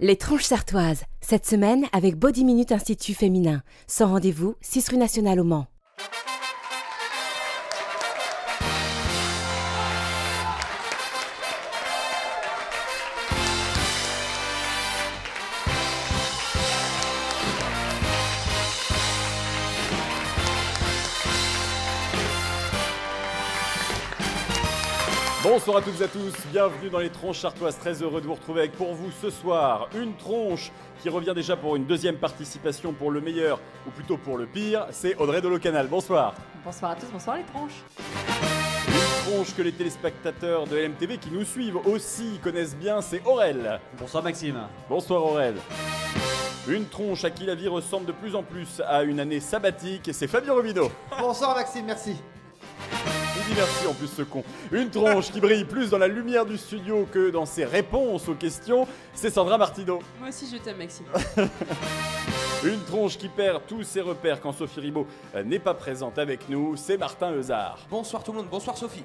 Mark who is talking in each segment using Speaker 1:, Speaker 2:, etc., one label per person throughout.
Speaker 1: Les tronches sartoises, cette semaine avec Body Minute Institut Féminin. Sans rendez-vous, 6 rue Nationale au Mans.
Speaker 2: Bonsoir à toutes et à tous, bienvenue dans les tronches chartoises. Très heureux de vous retrouver avec pour vous ce soir une tronche qui revient déjà pour une deuxième participation pour le meilleur ou plutôt pour le pire. C'est Audrey Dolocanal. Bonsoir.
Speaker 3: Bonsoir à tous, bonsoir les tronches.
Speaker 2: Une tronche que les téléspectateurs de LMTV qui nous suivent aussi connaissent bien, c'est Aurel.
Speaker 4: Bonsoir Maxime.
Speaker 2: Bonsoir Aurel. Une tronche à qui la vie ressemble de plus en plus à une année sabbatique, et c'est Fabien Robido.
Speaker 5: Bonsoir Maxime, merci.
Speaker 2: Il dit merci en plus ce con. Une tronche qui brille plus dans la lumière du studio que dans ses réponses aux questions, c'est Sandra Martineau.
Speaker 3: Moi aussi je t'aime Maxime.
Speaker 2: Une tronche qui perd tous ses repères quand Sophie Ribaud euh, n'est pas présente avec nous, c'est Martin Eusard.
Speaker 6: Bonsoir tout le monde, bonsoir Sophie.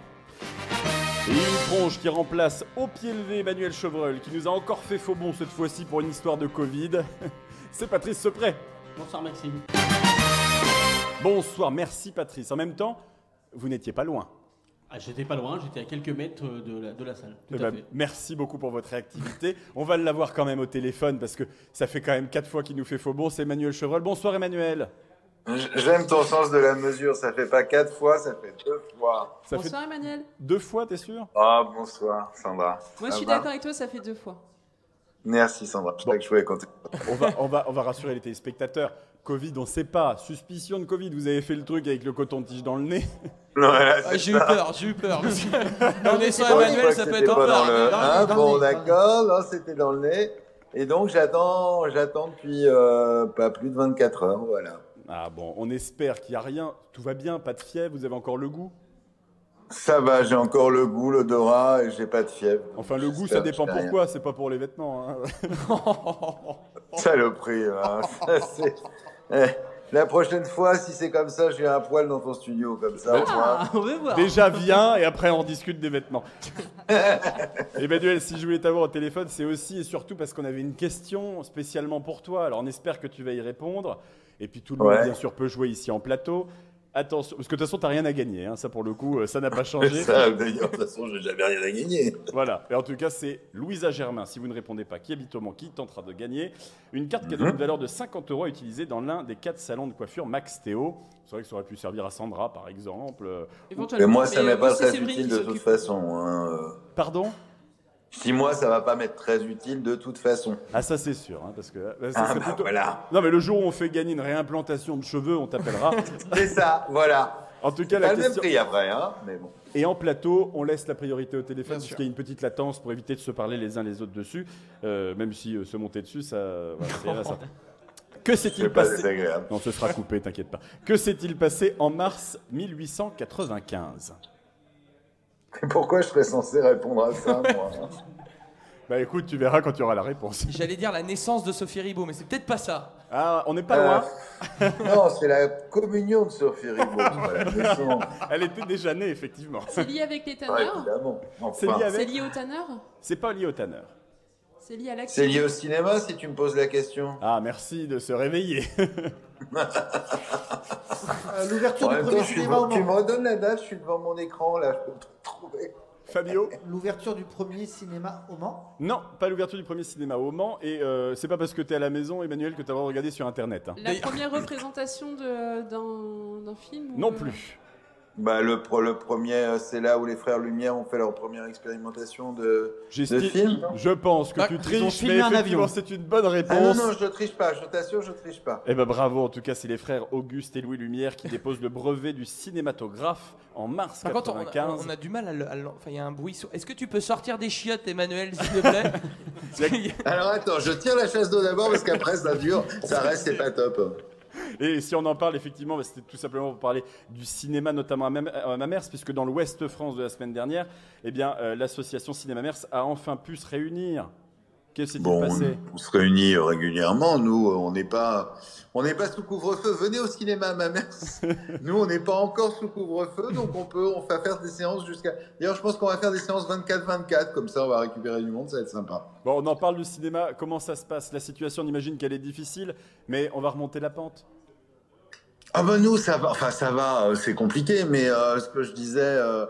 Speaker 2: Et une tronche qui remplace au pied levé Emmanuel Chevreul, qui nous a encore fait faux bon cette fois-ci pour une histoire de Covid, c'est Patrice Sepret.
Speaker 4: Bonsoir Maxime.
Speaker 2: Bonsoir, merci Patrice. En même temps, vous n'étiez pas loin.
Speaker 4: Ah, j'étais pas loin, j'étais à quelques mètres euh, de la, de la salle. Tout
Speaker 2: Eh
Speaker 4: à
Speaker 2: ben,
Speaker 4: fait.
Speaker 2: merci beaucoup pour votre réactivité. On va l'avoir quand même au téléphone parce que ça fait quand même quatre fois qu'il nous fait faux bon. C'est Emmanuel Chevreul. Bonsoir Emmanuel.
Speaker 7: J- J'aime ton sens de la mesure. Ça fait pas quatre fois, ça fait deux fois.
Speaker 2: Ça fait
Speaker 3: bonsoir Emmanuel.
Speaker 2: deux fois, t'es sûr
Speaker 7: Ah, bonsoir, Sandra.
Speaker 3: Moi
Speaker 7: Ça
Speaker 3: je suis
Speaker 7: va
Speaker 3: d'accord avec toi, ça fait deux fois.
Speaker 7: Merci, Sandra. Je savais que je pouvais compter.
Speaker 2: on va, on, va, on va rassurer les téléspectateurs. Covid, on ne sait pas. Suspicion de Covid, vous avez fait le truc avec le coton-tige dans le nez.
Speaker 7: Voilà, c'est
Speaker 6: Euh, j'ai eu peur, j'ai eu peur. On est sans
Speaker 7: bon, je crois
Speaker 6: Emmanuel,
Speaker 7: que
Speaker 6: ça peut
Speaker 7: Ah. bah, c'était pas dans
Speaker 6: être peur.
Speaker 7: le-
Speaker 6: Non,
Speaker 7: hein,
Speaker 6: non,
Speaker 7: bon,
Speaker 6: non,
Speaker 7: d'accord, là, c'était dans le nez. Et donc, j'attends, j'attends depuis euh, pas plus de 24 heures, voilà.
Speaker 2: Ah bon, on espère qu'il n'y a rien. Tout va bien, pas de fièvre, vous avez encore le goût
Speaker 7: Ça va, j'ai encore le goût, l'odorat, et j'ai pas de fièvre.
Speaker 2: Enfin, le goût, ça
Speaker 7: J'espère que
Speaker 2: dépend
Speaker 7: j'ai rien.
Speaker 2: pourquoi, c'est pas pour les vêtements. hein.
Speaker 7: Saloperie, hein. Ça, c'est- Eh, La prochaine fois, si c'est comme ça, j'ai un poil dans ton studio, comme ça, au moins.
Speaker 4: Ah, on va voir.
Speaker 2: Déjà, viens et après, on discute des vêtements. Emmanuel, si je voulais t'avoir au téléphone, c'est aussi et surtout parce qu'on avait une question spécialement pour toi. Alors, on espère que tu vas y répondre. Et puis, tout le monde,
Speaker 7: Ouais.
Speaker 2: bien sûr, peut jouer ici en plateau. Attention, parce que de toute façon, t'as rien à gagner. hein. Ça, pour le coup, euh, ça n'a pas changé.
Speaker 7: Ça, d'ailleurs, de toute façon, j'ai jamais rien à gagner.
Speaker 2: Voilà. Et en tout cas, c'est Louisa Germain, si vous ne répondez pas, qui habite au Mans, qui tentera de gagner une carte cadeau
Speaker 7: Mhm.
Speaker 2: d'une valeur de 50 euros à utiliser dans l'un des quatre salons de coiffure Max Théo. C'est vrai que ça aurait pu servir à Sandra, par exemple. Euh,
Speaker 7: Mais
Speaker 3: Éventuellement,
Speaker 7: moi, ça
Speaker 3: mais,
Speaker 7: m'est
Speaker 3: euh,
Speaker 7: pas
Speaker 3: c'est
Speaker 7: très
Speaker 3: Séverine
Speaker 7: utile
Speaker 3: qui
Speaker 7: de toute
Speaker 3: s'occupe.
Speaker 7: façon. hein, euh.
Speaker 2: Pardon
Speaker 7: Si moi, ça va pas m'être très utile de toute façon.
Speaker 2: Ah, ça, c'est sûr. hein, parce que, euh, ça,
Speaker 7: Ah,
Speaker 2: c'est
Speaker 7: bah,
Speaker 2: plutôt-
Speaker 7: voilà.
Speaker 2: Non, mais le jour où on fait gagner une réimplantation de cheveux, on t'appellera.
Speaker 7: C'est ça, voilà.
Speaker 2: en tout cas,
Speaker 7: Pas
Speaker 2: la
Speaker 7: le même
Speaker 2: question.
Speaker 7: prix après, hein. Mais bon.
Speaker 2: Et en plateau, on laisse la priorité au téléphone
Speaker 6: Bien
Speaker 2: puisqu'il
Speaker 6: sûr.
Speaker 2: y a une petite latence pour éviter de se parler les uns les autres dessus. Euh, même si euh, se monter dessus, ça. voilà, c'est irrésistible. Que s'est-il
Speaker 7: C'est pas
Speaker 2: passé
Speaker 7: désagréable.
Speaker 2: Non, ce sera coupé, t'inquiète pas. Que s'est-il passé en mars 1895
Speaker 7: Pourquoi je serais censé répondre à ça, moi hein
Speaker 2: Bah écoute, tu verras quand tu auras la réponse.
Speaker 6: J'allais dire la naissance de Sophie Ribaud, mais c'est peut-être pas ça.
Speaker 2: Ah, on n'est pas
Speaker 7: Euh,
Speaker 2: loin.
Speaker 7: Non, c'est la communion de Sophie Ribaud. Voilà, naissance.
Speaker 2: Elle était déjà née, effectivement.
Speaker 3: C'est lié avec les
Speaker 7: Ouais,
Speaker 3: tanneurs
Speaker 7: Ah, évidemment. Enfin,
Speaker 2: C'est lié,
Speaker 3: C'est
Speaker 2: avec...
Speaker 3: lié au tanneur
Speaker 2: C'est pas lié au tanneur.
Speaker 3: C'est lié à l'action
Speaker 7: c'est lié au cinéma, si tu me poses la question.
Speaker 2: Ah, merci de se réveiller.
Speaker 5: Euh, L'ouverture
Speaker 7: En
Speaker 5: du
Speaker 7: même
Speaker 5: premier
Speaker 7: temps, je suis
Speaker 5: cinéma au
Speaker 7: devant- tu me
Speaker 5: Mans.
Speaker 7: redonnes la date, je suis devant mon écran, là, je peux te trouver.
Speaker 2: Fabio
Speaker 5: L'ouverture du premier cinéma au Mans.
Speaker 2: Non, pas l'ouverture du premier cinéma au Mans. Et euh, c'est pas parce que t'es à la maison, Emmanuel, que t'as regardé sur Internet. hein.
Speaker 3: La
Speaker 6: D'ailleurs-
Speaker 3: première représentation de- d'un d'un film ou-
Speaker 2: Non plus.
Speaker 7: Bah, le, pro- le premier, euh, c'est là où les frères Lumière ont fait leur première expérimentation de, de
Speaker 2: J'estime.
Speaker 7: film. non
Speaker 2: Je pense que
Speaker 6: Bah,
Speaker 2: tu
Speaker 6: ils
Speaker 2: triches,
Speaker 6: ont filmé
Speaker 2: mais
Speaker 6: un
Speaker 2: effectivement,
Speaker 6: avion.
Speaker 2: c'est une bonne
Speaker 7: Ah non,
Speaker 2: réponse.
Speaker 7: non, je triche pas, je t'assure, je triche pas.
Speaker 2: Eh ben bravo, en tout cas, c'est les frères Auguste et Louis Lumière qui déposent le brevet du cinématographe en mars
Speaker 6: Par contre, on a,
Speaker 2: 95.
Speaker 6: on a du mal à le. à le- Enfin, il y a un bruit. sourd. Est-ce que tu peux sortir des chiottes, Emmanuel, s'il te plaît Parce qu'il y a-
Speaker 7: Alors attends, je tire la chasse d'eau d'abord parce qu'après ça dure, ça reste, c'est pas top.
Speaker 2: Et si on en parle, effectivement, bah, c'était tout simplement pour parler du cinéma, notamment à Mam- à Mamers, puisque dans l'Ouest France de la semaine dernière, eh bien, euh, l'association Cinéma Mamers a enfin pu se réunir. Qu'est-ce qui s'est
Speaker 7: Bon,
Speaker 2: passé
Speaker 7: on se réunit euh, régulièrement. Nous, euh, on n'est pas, on n'est pas sous couvre-feu. Venez au cinéma, ma mère. Nous, on n'est pas encore sous couvre-feu, donc on peut, on va faire des séances jusqu'à. D'ailleurs, je pense qu'on va faire des séances 24-24, comme ça, on va récupérer du monde, ça va être sympa.
Speaker 2: Bon, on en parle du cinéma. Comment ça se passe La situation, on imagine qu'elle est difficile, mais on va remonter la pente.
Speaker 7: Ah ben nous, ça va, enfin ça va, euh, c'est compliqué, mais euh, ce que je disais, euh,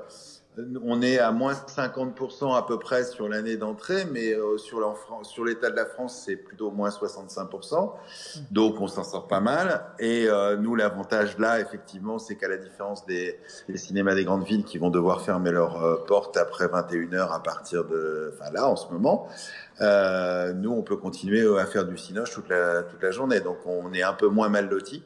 Speaker 7: on est à moins 50% à peu près sur l'année d'entrée, mais euh, sur l'en- sur l'état de la France, c'est plutôt moins 65%, donc on s'en sort pas mal. Et euh, nous, l'avantage là, effectivement, c'est qu'à la différence des, des cinémas des grandes villes qui vont devoir fermer leurs euh, portes après 21h à partir de, enfin là, en ce moment, euh, nous, on peut continuer euh, à faire du cinoche toute la, toute la journée, donc on est un peu moins mal lotis.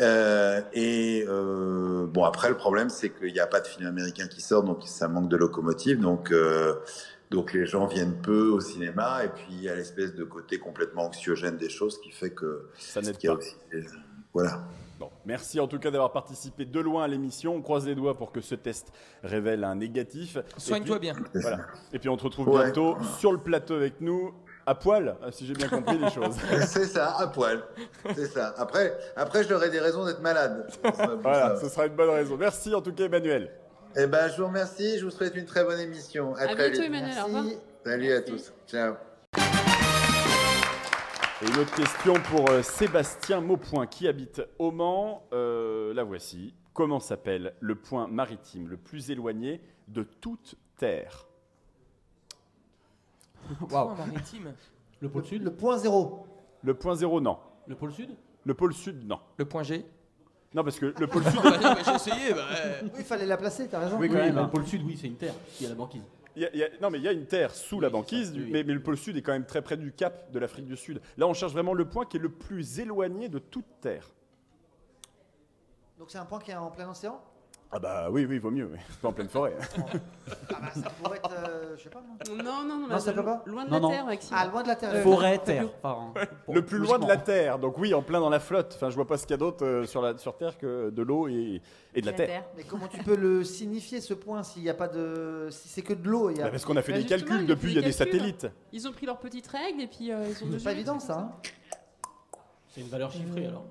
Speaker 7: Euh, et euh, bon, après, le problème, c'est qu'il n'y a pas de film américain qui sort, donc ça manque de locomotives. Donc, euh, donc les gens viennent peu au cinéma, et puis il y a l'espèce de côté complètement anxiogène des choses qui fait que.
Speaker 2: Ça n'aide
Speaker 7: qu'il y a
Speaker 2: pas.
Speaker 7: aussi des- Voilà.
Speaker 2: Bon, merci en tout cas d'avoir participé de loin à l'émission. On croise les doigts pour que ce test révèle un négatif. Et
Speaker 6: Soigne-toi
Speaker 2: puis-
Speaker 6: bien.
Speaker 2: Voilà. Et puis on te retrouve
Speaker 7: Ouais.
Speaker 2: bientôt sur le plateau avec nous, à poil, hein, si j'ai bien compris les choses.
Speaker 7: c'est ça, à poil. C'est ça. Après, après j'aurai des raisons d'être malade.
Speaker 2: Voilà, ce sera une bonne raison. Merci en tout cas, Emmanuel.
Speaker 7: Et ben, je vous remercie. Je vous souhaite une très bonne émission. À,
Speaker 3: À
Speaker 7: très
Speaker 3: bientôt,
Speaker 7: vite.
Speaker 3: Emmanuel. Au revoir.
Speaker 5: Merci.
Speaker 7: Salut à
Speaker 3: Merci.
Speaker 7: tous. Ciao.
Speaker 2: Et une autre question pour euh, Sébastien Maupoint qui habite au Mans. Euh, la voici. Comment s'appelle le point maritime le plus éloigné de toute Terre
Speaker 6: Waouh. Maritime.
Speaker 4: Le pôle sud
Speaker 5: Le point zéro.
Speaker 2: Le point zéro, non.
Speaker 4: Le pôle sud
Speaker 2: Le pôle sud, non.
Speaker 6: Le point G.
Speaker 2: Non, parce que le pôle sud,
Speaker 6: Bah, bah, J'ai essayé. bah, euh,
Speaker 5: Oui, il fallait la placer, t'as raison.
Speaker 4: Oui,
Speaker 2: même,
Speaker 4: mais
Speaker 2: hein.
Speaker 4: Le pôle sud, oui, c'est une terre. Il y a la banquise.
Speaker 2: il y a- il y a- non, mais il y a une Terre sous la
Speaker 4: Oui, c'est
Speaker 2: banquise,
Speaker 4: ça,
Speaker 2: du-
Speaker 4: oui, oui.
Speaker 2: mais, mais le pôle sud est quand même très près du cap de l'Afrique du Sud. Là, on cherche vraiment le point qui est le plus éloigné de toute Terre.
Speaker 5: Donc c'est un point qui est en plein océan
Speaker 2: Ah bah oui, oui, vaut mieux. oui. Pas en pleine forêt. hein.
Speaker 5: Ah bah ça pourrait être, euh, je sais pas moi.
Speaker 3: Non, non, non,
Speaker 5: Non, ça
Speaker 3: de-
Speaker 5: peut pas
Speaker 3: loin de
Speaker 4: Non,
Speaker 3: la
Speaker 4: non.
Speaker 3: terre, Maxime.
Speaker 5: Ah, loin de la
Speaker 6: Euh,
Speaker 5: Terre.
Speaker 4: Forêt, terre. Pardon.
Speaker 2: le plus loin de la Terre. Donc oui, en plein dans la flotte. Enfin, je vois pas ce qu'il y a d'autre euh, sur, la, sur Terre que de l'eau et, et de la, Terre.
Speaker 5: Mais comment tu peux le signifier ce point s'il n'y a pas de. Si c'est que de l'eau, il y
Speaker 2: Bah,
Speaker 5: a.
Speaker 2: parce qu'on a fait
Speaker 3: Bah,
Speaker 2: des
Speaker 3: justement,
Speaker 2: calculs
Speaker 3: il a
Speaker 2: depuis, il
Speaker 3: fait
Speaker 2: y a
Speaker 3: des
Speaker 2: des
Speaker 3: calculs.
Speaker 2: satellites.
Speaker 3: Ils ont pris leurs petites règles et puis euh, ils ont mesuré
Speaker 5: C'est pas
Speaker 3: le
Speaker 5: évident
Speaker 3: truc
Speaker 5: ça. hein.
Speaker 4: C'est une valeur chiffrée
Speaker 6: Euh,
Speaker 4: alors.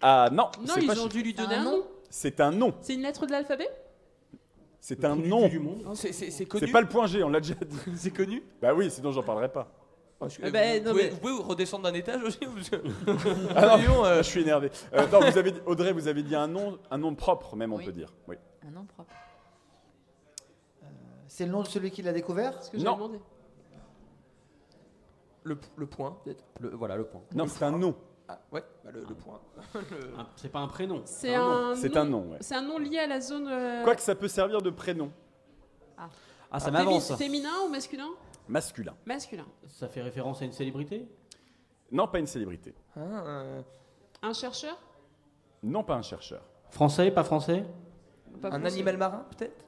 Speaker 2: Ah non,
Speaker 3: Non,
Speaker 2: c'est
Speaker 3: ils
Speaker 2: pas Ah
Speaker 3: ont
Speaker 2: chi-
Speaker 3: dû lui
Speaker 6: C'est
Speaker 3: donner
Speaker 6: un
Speaker 3: un nom.
Speaker 2: c'est un nom.
Speaker 3: C'est une lettre de l'alphabet
Speaker 2: C'est
Speaker 4: Le
Speaker 2: un
Speaker 4: plus du-
Speaker 2: nom.
Speaker 4: du monde.
Speaker 6: C'est- C'est c'est
Speaker 2: C'est
Speaker 6: connu.
Speaker 2: pas le point G, on l'a déjà dit.
Speaker 6: C'est connu. ben,
Speaker 2: Bah oui, sinon j'en parlerai pas.
Speaker 6: Parce que
Speaker 3: Ah
Speaker 6: vous,
Speaker 3: bah, non,
Speaker 6: pouvez,
Speaker 3: mais-
Speaker 6: vous pouvez vous redescendre d'un étage aussi parce que-
Speaker 2: Ah non,
Speaker 6: Voyons, euh,
Speaker 2: je suis énervé. Euh, non, vous avez dit- Audrey, vous avez dit un nom, un nom propre même, on
Speaker 8: Oui.
Speaker 2: peut dire. Oui.
Speaker 8: Un nom propre.
Speaker 5: C'est le nom de celui qui l'a découvert
Speaker 3: Parce que j'ai
Speaker 2: Non.
Speaker 3: demandé.
Speaker 6: Le, le point, peut-être Le- Voilà, le point.
Speaker 2: Non, c'est un nom.
Speaker 6: Ah, ouais, bah, le, le point. Le-
Speaker 4: Un- Ah, C'est pas un prénom.
Speaker 3: C'est
Speaker 4: nom.
Speaker 3: un.
Speaker 2: C'est
Speaker 3: nom-
Speaker 2: un nom. ouais.
Speaker 3: C'est un nom lié à la zone. euh,
Speaker 2: Quoique ça peut servir de prénom
Speaker 4: Ah, ça
Speaker 3: fémi-
Speaker 4: m'avance.
Speaker 3: Féminin ou masculin
Speaker 2: masculin.
Speaker 3: Masculin.
Speaker 4: Ça fait référence à une célébrité
Speaker 2: Non, pas une célébrité.
Speaker 6: Ah, euh,
Speaker 3: Un chercheur
Speaker 2: Non, pas un chercheur.
Speaker 4: Français, pas français
Speaker 3: Pas
Speaker 6: un
Speaker 3: français.
Speaker 6: animal marin, peut-être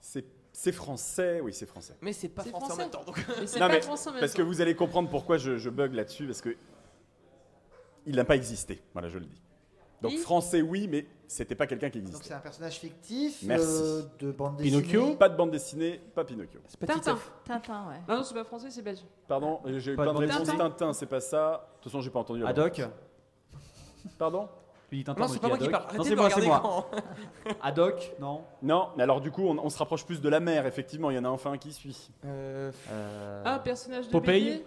Speaker 2: C'est c'est français, oui, c'est français.
Speaker 6: Mais c'est pas
Speaker 3: C'est
Speaker 6: français, en
Speaker 3: français.
Speaker 6: même temps. Donc...
Speaker 3: Mais c'est
Speaker 2: Non,
Speaker 3: pas
Speaker 2: mais
Speaker 3: français en même
Speaker 2: Parce que
Speaker 3: temps.
Speaker 2: vous allez comprendre pourquoi je, je bug là-dessus, parce que il n'a pas existé. Voilà, je le dis. Donc
Speaker 3: Il-
Speaker 2: français, oui, mais c'était pas quelqu'un qui
Speaker 5: Donc
Speaker 2: existait.
Speaker 5: c'est un personnage fictif
Speaker 2: Merci.
Speaker 5: euh, de bande dessinée.
Speaker 2: Pinocchio, pas de bande dessinée, pas Pinocchio.
Speaker 6: C'est pas
Speaker 3: Tintin.
Speaker 6: Titeuf.
Speaker 8: Tintin, ouais.
Speaker 3: Non, non, c'est pas français, c'est belge.
Speaker 2: Pardon, j'ai eu
Speaker 4: Pas
Speaker 2: plein de
Speaker 4: de bande
Speaker 2: réponses.
Speaker 3: dessinée.
Speaker 2: Tintin, c'est pas ça. De toute façon, j'ai pas entendu. la
Speaker 4: Adoc
Speaker 2: réponse. Pardon
Speaker 4: Tu dis Tintin,
Speaker 6: Non,
Speaker 4: moi,
Speaker 6: c'est
Speaker 4: je
Speaker 6: pas
Speaker 4: dis
Speaker 6: moi qui
Speaker 4: Haddock.
Speaker 6: parle.
Speaker 4: Non,
Speaker 6: Arrêtez
Speaker 4: c'est
Speaker 6: de
Speaker 4: moi, c'est
Speaker 6: regarder
Speaker 4: moi.
Speaker 6: quand-
Speaker 4: Adoc, non.
Speaker 2: Non, mais alors du coup, on, on se rapproche plus de la mer, effectivement. Il y en a enfin qui suit.
Speaker 6: Euh,
Speaker 4: Euh,
Speaker 3: Ah, personnage de
Speaker 4: Popeye
Speaker 3: BD.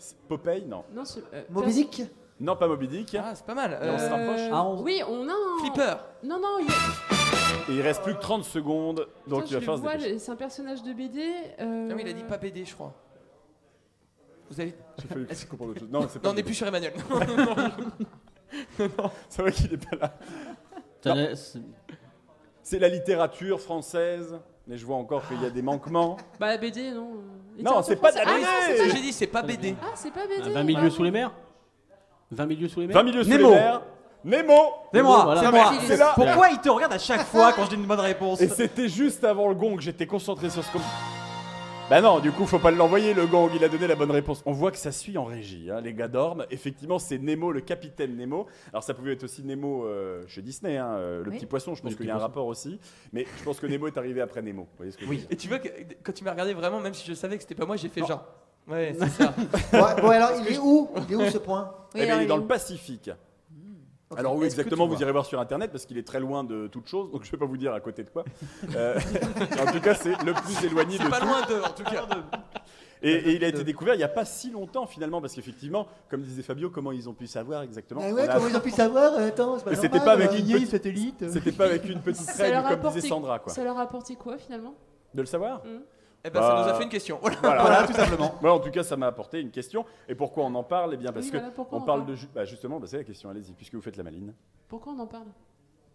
Speaker 2: C'est- Popeye, non.
Speaker 3: Non, c'est. euh,
Speaker 5: Moby Dick
Speaker 2: Non, pas Moby Dick.
Speaker 6: Ah, c'est pas mal.
Speaker 2: on se
Speaker 6: Euh,
Speaker 2: rapproche.
Speaker 4: Ah, on-
Speaker 3: Oui, on a un.
Speaker 6: Flipper.
Speaker 3: Non, non, il y a-
Speaker 2: Et il reste plus que 30 secondes, donc
Speaker 3: Putain,
Speaker 2: il va
Speaker 3: je
Speaker 2: falloir
Speaker 3: le
Speaker 2: se
Speaker 3: vois,
Speaker 2: dépêcher.
Speaker 3: le- c'est un personnage de BD. euh,
Speaker 6: Ah oui, il a dit pas BD, je crois. Vous avez...
Speaker 2: J'ai failli que je comprenne autre chose. Non, c'est pas.
Speaker 6: Non, on n'est plus sur Emmanuel.
Speaker 2: C'est vrai qu'il est pas là.
Speaker 4: t'en as- c'est-
Speaker 2: C'est la littérature française, mais je vois encore qu'il y a des manquements.
Speaker 3: Bah, la BD, non. euh,
Speaker 2: Non, c'est pas de la
Speaker 3: Ah,
Speaker 2: BD.
Speaker 3: non, c'est
Speaker 6: C'est
Speaker 3: pas-
Speaker 6: ça, j'ai dit, c'est pas BD.
Speaker 3: Ah, c'est pas
Speaker 4: un
Speaker 3: BD.
Speaker 4: 20 milieux sous les mers 20 milieux sous les mers
Speaker 2: 20 milieux sous les
Speaker 9: Nemo.
Speaker 2: mers. Nemo
Speaker 9: C'est
Speaker 4: Nemo,
Speaker 9: moi,
Speaker 4: voilà.
Speaker 9: c'est
Speaker 4: Non,
Speaker 9: moi.
Speaker 4: mais
Speaker 2: C'est là
Speaker 9: Pourquoi il te regarde à chaque fois quand je dis une bonne réponse
Speaker 2: Et c'était juste avant le gong, j'étais concentré sur ce com... Bah non, du coup, faut pas l'envoyer le gong, il a donné la bonne réponse. On voit que ça suit en régie, hein, les gars dorment. Effectivement, c'est Nemo, le capitaine Nemo. Alors ça pouvait être aussi Nemo euh, chez Disney, hein, euh, le
Speaker 8: Oui.
Speaker 2: petit poisson, je pense
Speaker 4: le
Speaker 2: qu'il y a un
Speaker 4: petit
Speaker 2: rapport aussi. Mais je pense que Nemo est arrivé après Nemo. Vous voyez ce que je veux dire
Speaker 6: Et tu vois que quand tu m'as regardé vraiment, même si je savais que c'était pas moi, j'ai fait genre. Ouais, c'est ça.
Speaker 5: Bon, bon, alors, il est où Il est où ce point
Speaker 2: Eh ben, il est dans le Pacifique.
Speaker 5: Ok.
Speaker 2: Alors où
Speaker 5: Est-ce que
Speaker 2: exactement
Speaker 5: tu
Speaker 2: vous irez voir sur internet parce qu'il est très loin de toute chose donc je ne vais pas vous dire à côté de quoi. Euh, en tout cas c'est le plus éloigné de
Speaker 6: Pas loin d'eux, en tout
Speaker 2: et,
Speaker 6: cas.
Speaker 3: Bah,
Speaker 2: et il a
Speaker 3: euh,
Speaker 2: été découvert il n'y a pas si longtemps finalement parce qu'effectivement comme disait Fabio comment ils ont pu savoir exactement.
Speaker 5: Ah
Speaker 2: On
Speaker 5: ouais,
Speaker 2: a-
Speaker 5: comment ils ont pu savoir Euh, Attends, c'est pas
Speaker 2: Mais c'était
Speaker 5: normal,
Speaker 2: pas avec
Speaker 5: euh.
Speaker 2: une petite-
Speaker 9: satellite.
Speaker 2: c'était pas avec une petite
Speaker 3: Ça
Speaker 2: règle
Speaker 3: leur,
Speaker 2: comme
Speaker 3: apportait...
Speaker 2: disait Sandra quoi.
Speaker 3: ça leur apportait quoi finalement
Speaker 2: De le savoir.
Speaker 6: Eh ben, ça nous a
Speaker 2: Bah.
Speaker 6: fait une question. Voilà.
Speaker 2: Voilà.
Speaker 9: Voilà, tout simplement.
Speaker 2: Moi en tout cas ça m'a apporté une question et pourquoi on en parle Eh bien parce
Speaker 3: Oui,
Speaker 2: que
Speaker 3: voilà, pourquoi
Speaker 2: on
Speaker 3: en
Speaker 2: parle de ju- bah, justement bah, c'est la question allez-y puisque vous faites la maline.
Speaker 3: Pourquoi on en parle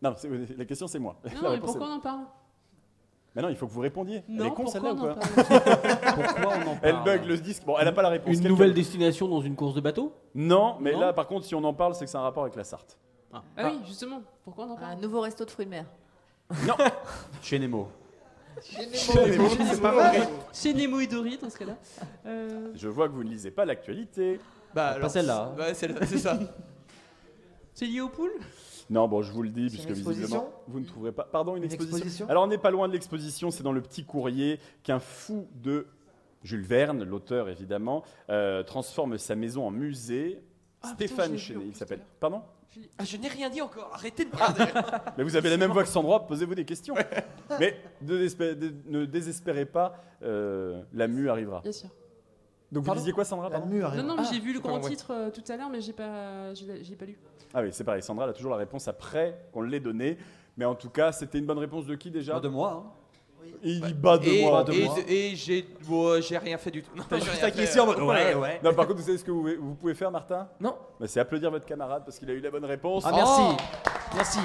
Speaker 2: Non c'est- la question c'est moi. La
Speaker 3: Non, mais
Speaker 2: réponse, c'est
Speaker 3: pourquoi on en parle
Speaker 2: moi. Maintenant il faut que vous répondiez. Elle
Speaker 3: Non,
Speaker 2: est con
Speaker 3: pourquoi
Speaker 2: celle-là ou
Speaker 3: on en
Speaker 2: pas
Speaker 3: parle
Speaker 9: Pourquoi on en
Speaker 2: Elle
Speaker 9: parle
Speaker 2: bug le disque. Bon elle n'a pas la réponse.
Speaker 4: Une
Speaker 2: Quelqu'un
Speaker 4: nouvelle
Speaker 2: d'autre
Speaker 4: destination dans une course de bateau
Speaker 2: Non, mais
Speaker 4: Non
Speaker 2: là, par contre, si on en parle, c'est que c'est un rapport avec la Sarthe.
Speaker 3: Ah oui, justement, pourquoi on en
Speaker 4: Ah,
Speaker 8: Un
Speaker 3: parle
Speaker 8: nouveau resto de fruits de mer.
Speaker 9: Chez Nemo.
Speaker 5: C'est pas mal.
Speaker 3: Chez Nemo et Dory dans ce cas-là. Euh,
Speaker 2: Je vois que vous ne lisez pas l'actualité.
Speaker 6: Bah,
Speaker 9: Pas celle-là.
Speaker 6: Ouais, celle- c'est ça. C'est lié aux poules
Speaker 2: Non, bon, je vous le dis,
Speaker 5: C'est une
Speaker 2: puisque
Speaker 5: exposition
Speaker 2: visiblement, vous ne trouverez pas. Pardon, une
Speaker 5: Une
Speaker 2: exposition.
Speaker 5: exposition
Speaker 2: Alors, on n'est pas loin de l'exposition, c'est dans le petit courrier qu'un fou de Jules Verne, l'auteur évidemment, euh, transforme sa maison en musée.
Speaker 3: Ah, putain, je
Speaker 2: Stéphane
Speaker 3: l'ai vu en
Speaker 2: Chenet,
Speaker 3: plus
Speaker 2: il
Speaker 3: tout
Speaker 2: s'appelle.
Speaker 3: à l'heure.
Speaker 2: Pardon
Speaker 6: Ah, je n'ai rien dit encore. Arrêtez de me regarder.
Speaker 2: Mais vous avez la même voix que Sandra, posez-vous des questions. Mais ne, désespé- de- ne désespérez pas, euh, la mue arrivera.
Speaker 3: bien sûr.
Speaker 2: Donc, vous
Speaker 6: Pardon
Speaker 2: disiez quoi, Sandra
Speaker 5: La
Speaker 2: pardon
Speaker 5: mue
Speaker 3: Non,
Speaker 5: arrive.
Speaker 3: non, mais j'ai vu le
Speaker 6: Ah, c'est pas
Speaker 3: grand
Speaker 6: vrai.
Speaker 3: titre euh, tout à l'heure, mais j'ai pas, j'ai j'ai pas lu.
Speaker 2: Ah oui, c'est pareil, Sandra elle a toujours la réponse après qu'on l'ait donnée. Mais en tout cas, c'était une bonne réponse de qui déjà
Speaker 4: Bah,
Speaker 9: Pas de moi. hein.
Speaker 2: Il y bat de
Speaker 6: et,
Speaker 2: moi.
Speaker 9: de
Speaker 6: et-
Speaker 9: moi.
Speaker 6: et j'ai ouais, j'ai rien fait du tout. Non, j'ai rien fait. euh,
Speaker 9: Ouais, ouais.
Speaker 2: Non, par contre, vous savez ce que vous, vous pouvez faire, Martin
Speaker 6: Non.
Speaker 2: Bah, C'est applaudir votre camarade parce qu'il a eu la bonne réponse.
Speaker 9: Ah, merci.
Speaker 3: Oh.
Speaker 9: Merci.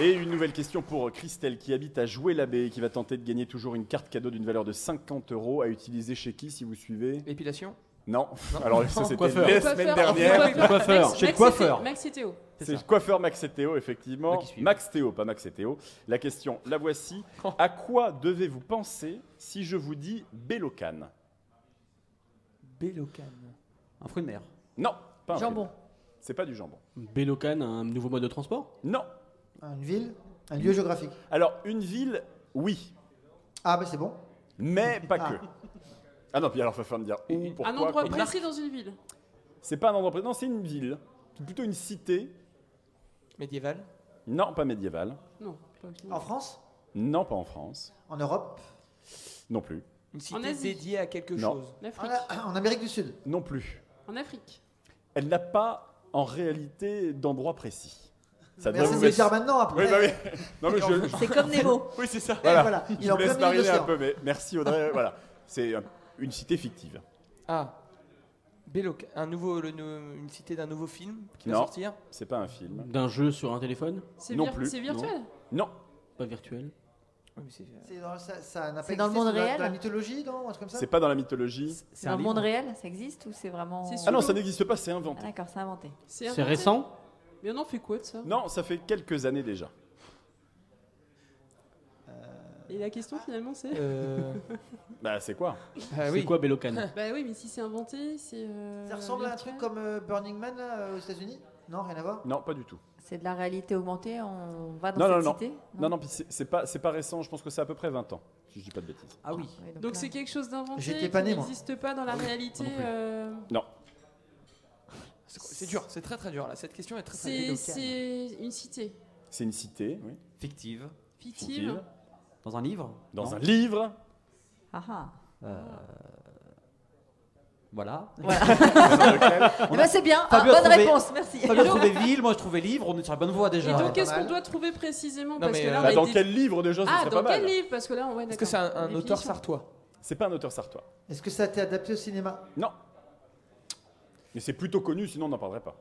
Speaker 2: Et une nouvelle question pour Christelle qui habite à Jouer-l'Abbé et qui va tenter de gagner toujours une carte cadeau d'une valeur de 50 euros à utiliser chez qui si vous suivez
Speaker 6: L'épilation
Speaker 2: Non. Alors, ça, c'était
Speaker 9: Coiffeur.
Speaker 2: la
Speaker 3: Coiffeur,
Speaker 2: semaine
Speaker 3: coiffeur,
Speaker 2: dernière.
Speaker 4: Coiffeur.
Speaker 3: Max-
Speaker 9: Chez le
Speaker 3: Max
Speaker 9: coiffeur.
Speaker 3: et- Max oh. et Théo.
Speaker 2: C'est le coiffeur Max et Théo, effectivement.
Speaker 4: Moi qui suis.
Speaker 2: Max Théo, pas Max et Théo. La question, la voici. À quoi devez-vous penser si je vous dis Bélocane
Speaker 6: Bélocane.
Speaker 9: Un fruit de mer.
Speaker 2: Non, pas un
Speaker 8: Jambon.
Speaker 2: fruit. C'est pas du jambon.
Speaker 4: Bélocan, un nouveau mode de transport
Speaker 2: Non.
Speaker 5: Une ville Un lieu géographique
Speaker 2: Alors, une ville, oui,
Speaker 5: Ah, bah c'est bon.
Speaker 2: mais pas que. Ah non, puis alors, il va falloir me dire où, pourquoi.
Speaker 3: Un endroit
Speaker 2: comment.
Speaker 3: précis dans une ville.
Speaker 2: C'est pas un endroit précis, non, c'est une ville. C'est plutôt une cité.
Speaker 6: Médiéval.
Speaker 2: Non, pas médiévale.
Speaker 3: Non, pas aucune
Speaker 5: En
Speaker 3: idée.
Speaker 5: France
Speaker 2: Non, pas en France.
Speaker 5: En Europe
Speaker 2: Non plus.
Speaker 6: Une cité
Speaker 3: En Asie.
Speaker 6: dédiée à quelque
Speaker 2: Non.
Speaker 6: chose.
Speaker 3: En
Speaker 5: en,
Speaker 3: Afrique.
Speaker 5: en Amérique du Sud
Speaker 2: Non plus.
Speaker 3: En Afrique.
Speaker 2: Elle n'a pas, en réalité, d'endroit précis. Ça
Speaker 5: Merci de
Speaker 2: vous
Speaker 5: le
Speaker 2: mettre-
Speaker 5: dire maintenant
Speaker 2: Oui,
Speaker 5: après.
Speaker 2: bah oui. Non, mais je,
Speaker 8: C'est comme Nemo.
Speaker 6: Oui, c'est ça.
Speaker 5: Eh,
Speaker 2: Voilà.
Speaker 5: Voilà.
Speaker 2: Je
Speaker 5: Il est en
Speaker 2: vous
Speaker 5: plein
Speaker 2: laisse
Speaker 5: milieu de
Speaker 2: mariner un
Speaker 5: l'océan.
Speaker 2: peu, mais merci Audrey. voilà, c'est euh, une cité fictive.
Speaker 6: Ah. Béloc, un nouveau, le nou- une cité d'un nouveau film qui
Speaker 2: Non.
Speaker 6: va sortir.
Speaker 2: C'est pas un film.
Speaker 4: D'un jeu sur un téléphone
Speaker 3: C'est
Speaker 2: Non
Speaker 3: vir-
Speaker 2: plus,
Speaker 3: C'est virtuel.
Speaker 2: Non,
Speaker 4: Pas virtuel.
Speaker 6: Oui, mais c'est-
Speaker 5: C'est dans, ça, ça n'a pas
Speaker 8: C'est dans le
Speaker 5: existé,
Speaker 8: monde
Speaker 5: dans la-
Speaker 8: réel
Speaker 5: Dans la mythologie, non Un truc comme ça
Speaker 2: c'est pas dans la mythologie.
Speaker 9: C'est
Speaker 8: Dans
Speaker 9: un
Speaker 8: le monde
Speaker 9: livre.
Speaker 8: réel, ça existe ou c'est vraiment.
Speaker 3: C'est sous
Speaker 2: Ah non,
Speaker 3: l'eau.
Speaker 2: ça n'existe pas, c'est
Speaker 8: Ah
Speaker 2: inventé.
Speaker 8: d'accord, c'est inventé.
Speaker 4: C'est
Speaker 3: inventé.
Speaker 4: récent
Speaker 3: Mais on en fait quoi de ça
Speaker 2: Non, ça fait quelques années déjà.
Speaker 3: Et la question finalement c'est.
Speaker 6: Euh,
Speaker 2: Bah, c'est quoi
Speaker 6: ah
Speaker 4: C'est
Speaker 6: oui.
Speaker 4: quoi Bélocan
Speaker 3: Bah oui, mais si c'est inventé, c'est. euh,
Speaker 5: Ça ressemble à un
Speaker 3: virtuel.
Speaker 5: truc comme euh, Burning Man là, euh, aux États-Unis Non, rien à voir
Speaker 2: Non, pas du tout.
Speaker 8: C'est de la réalité augmentée, on va
Speaker 2: Non,
Speaker 8: dans
Speaker 2: non,
Speaker 8: cette cité
Speaker 2: Non, non, puis c'est c'est pas, c'est pas récent, je pense que c'est à peu près 20 ans, si je dis pas de bêtises.
Speaker 9: Ah oui.
Speaker 8: Oui,
Speaker 3: Donc
Speaker 8: là-
Speaker 3: c'est quelque chose d'inventé
Speaker 5: J'étais
Speaker 3: qui
Speaker 5: pas né, moi.
Speaker 3: n'existe pas dans la réalité. euh,
Speaker 6: C'est quoi- C'est dur, c'est très très dur là. Cette question est très très
Speaker 3: C'est
Speaker 6: dure.
Speaker 3: c'est une cité
Speaker 2: C'est une cité, oui,
Speaker 9: Fictive.
Speaker 3: fictive.
Speaker 2: fictive,
Speaker 9: Dans un livre.
Speaker 2: dans
Speaker 9: Non.
Speaker 2: un livre.
Speaker 8: Ah ah.
Speaker 9: Voilà.
Speaker 8: Eh ben, c'est bien. Ah,
Speaker 9: Fabio a
Speaker 8: bonne
Speaker 9: trouvé.
Speaker 8: réponse, merci.
Speaker 9: Fabien trouvait ville, moi je trouvais livre, on est sur la bonne voie
Speaker 3: Et
Speaker 9: déjà.
Speaker 3: donc qu'est-ce
Speaker 5: mal.
Speaker 3: qu'on doit trouver précisément
Speaker 6: Non,
Speaker 3: Parce
Speaker 6: mais,
Speaker 3: que là,
Speaker 6: euh,
Speaker 3: on
Speaker 2: Bah,
Speaker 3: a
Speaker 2: dans
Speaker 3: été-
Speaker 2: quel livre déjà ce
Speaker 3: Ah,
Speaker 2: serait
Speaker 3: dans
Speaker 2: pas
Speaker 3: quel
Speaker 2: mal
Speaker 3: livre Parce que là, on va.
Speaker 6: Est-ce que c'est un, un auteur sartois
Speaker 2: C'est pas un auteur sartois.
Speaker 5: Est-ce que ça a été adapté au cinéma
Speaker 2: Non. Mais c'est plutôt connu, sinon on n'en parlerait pas.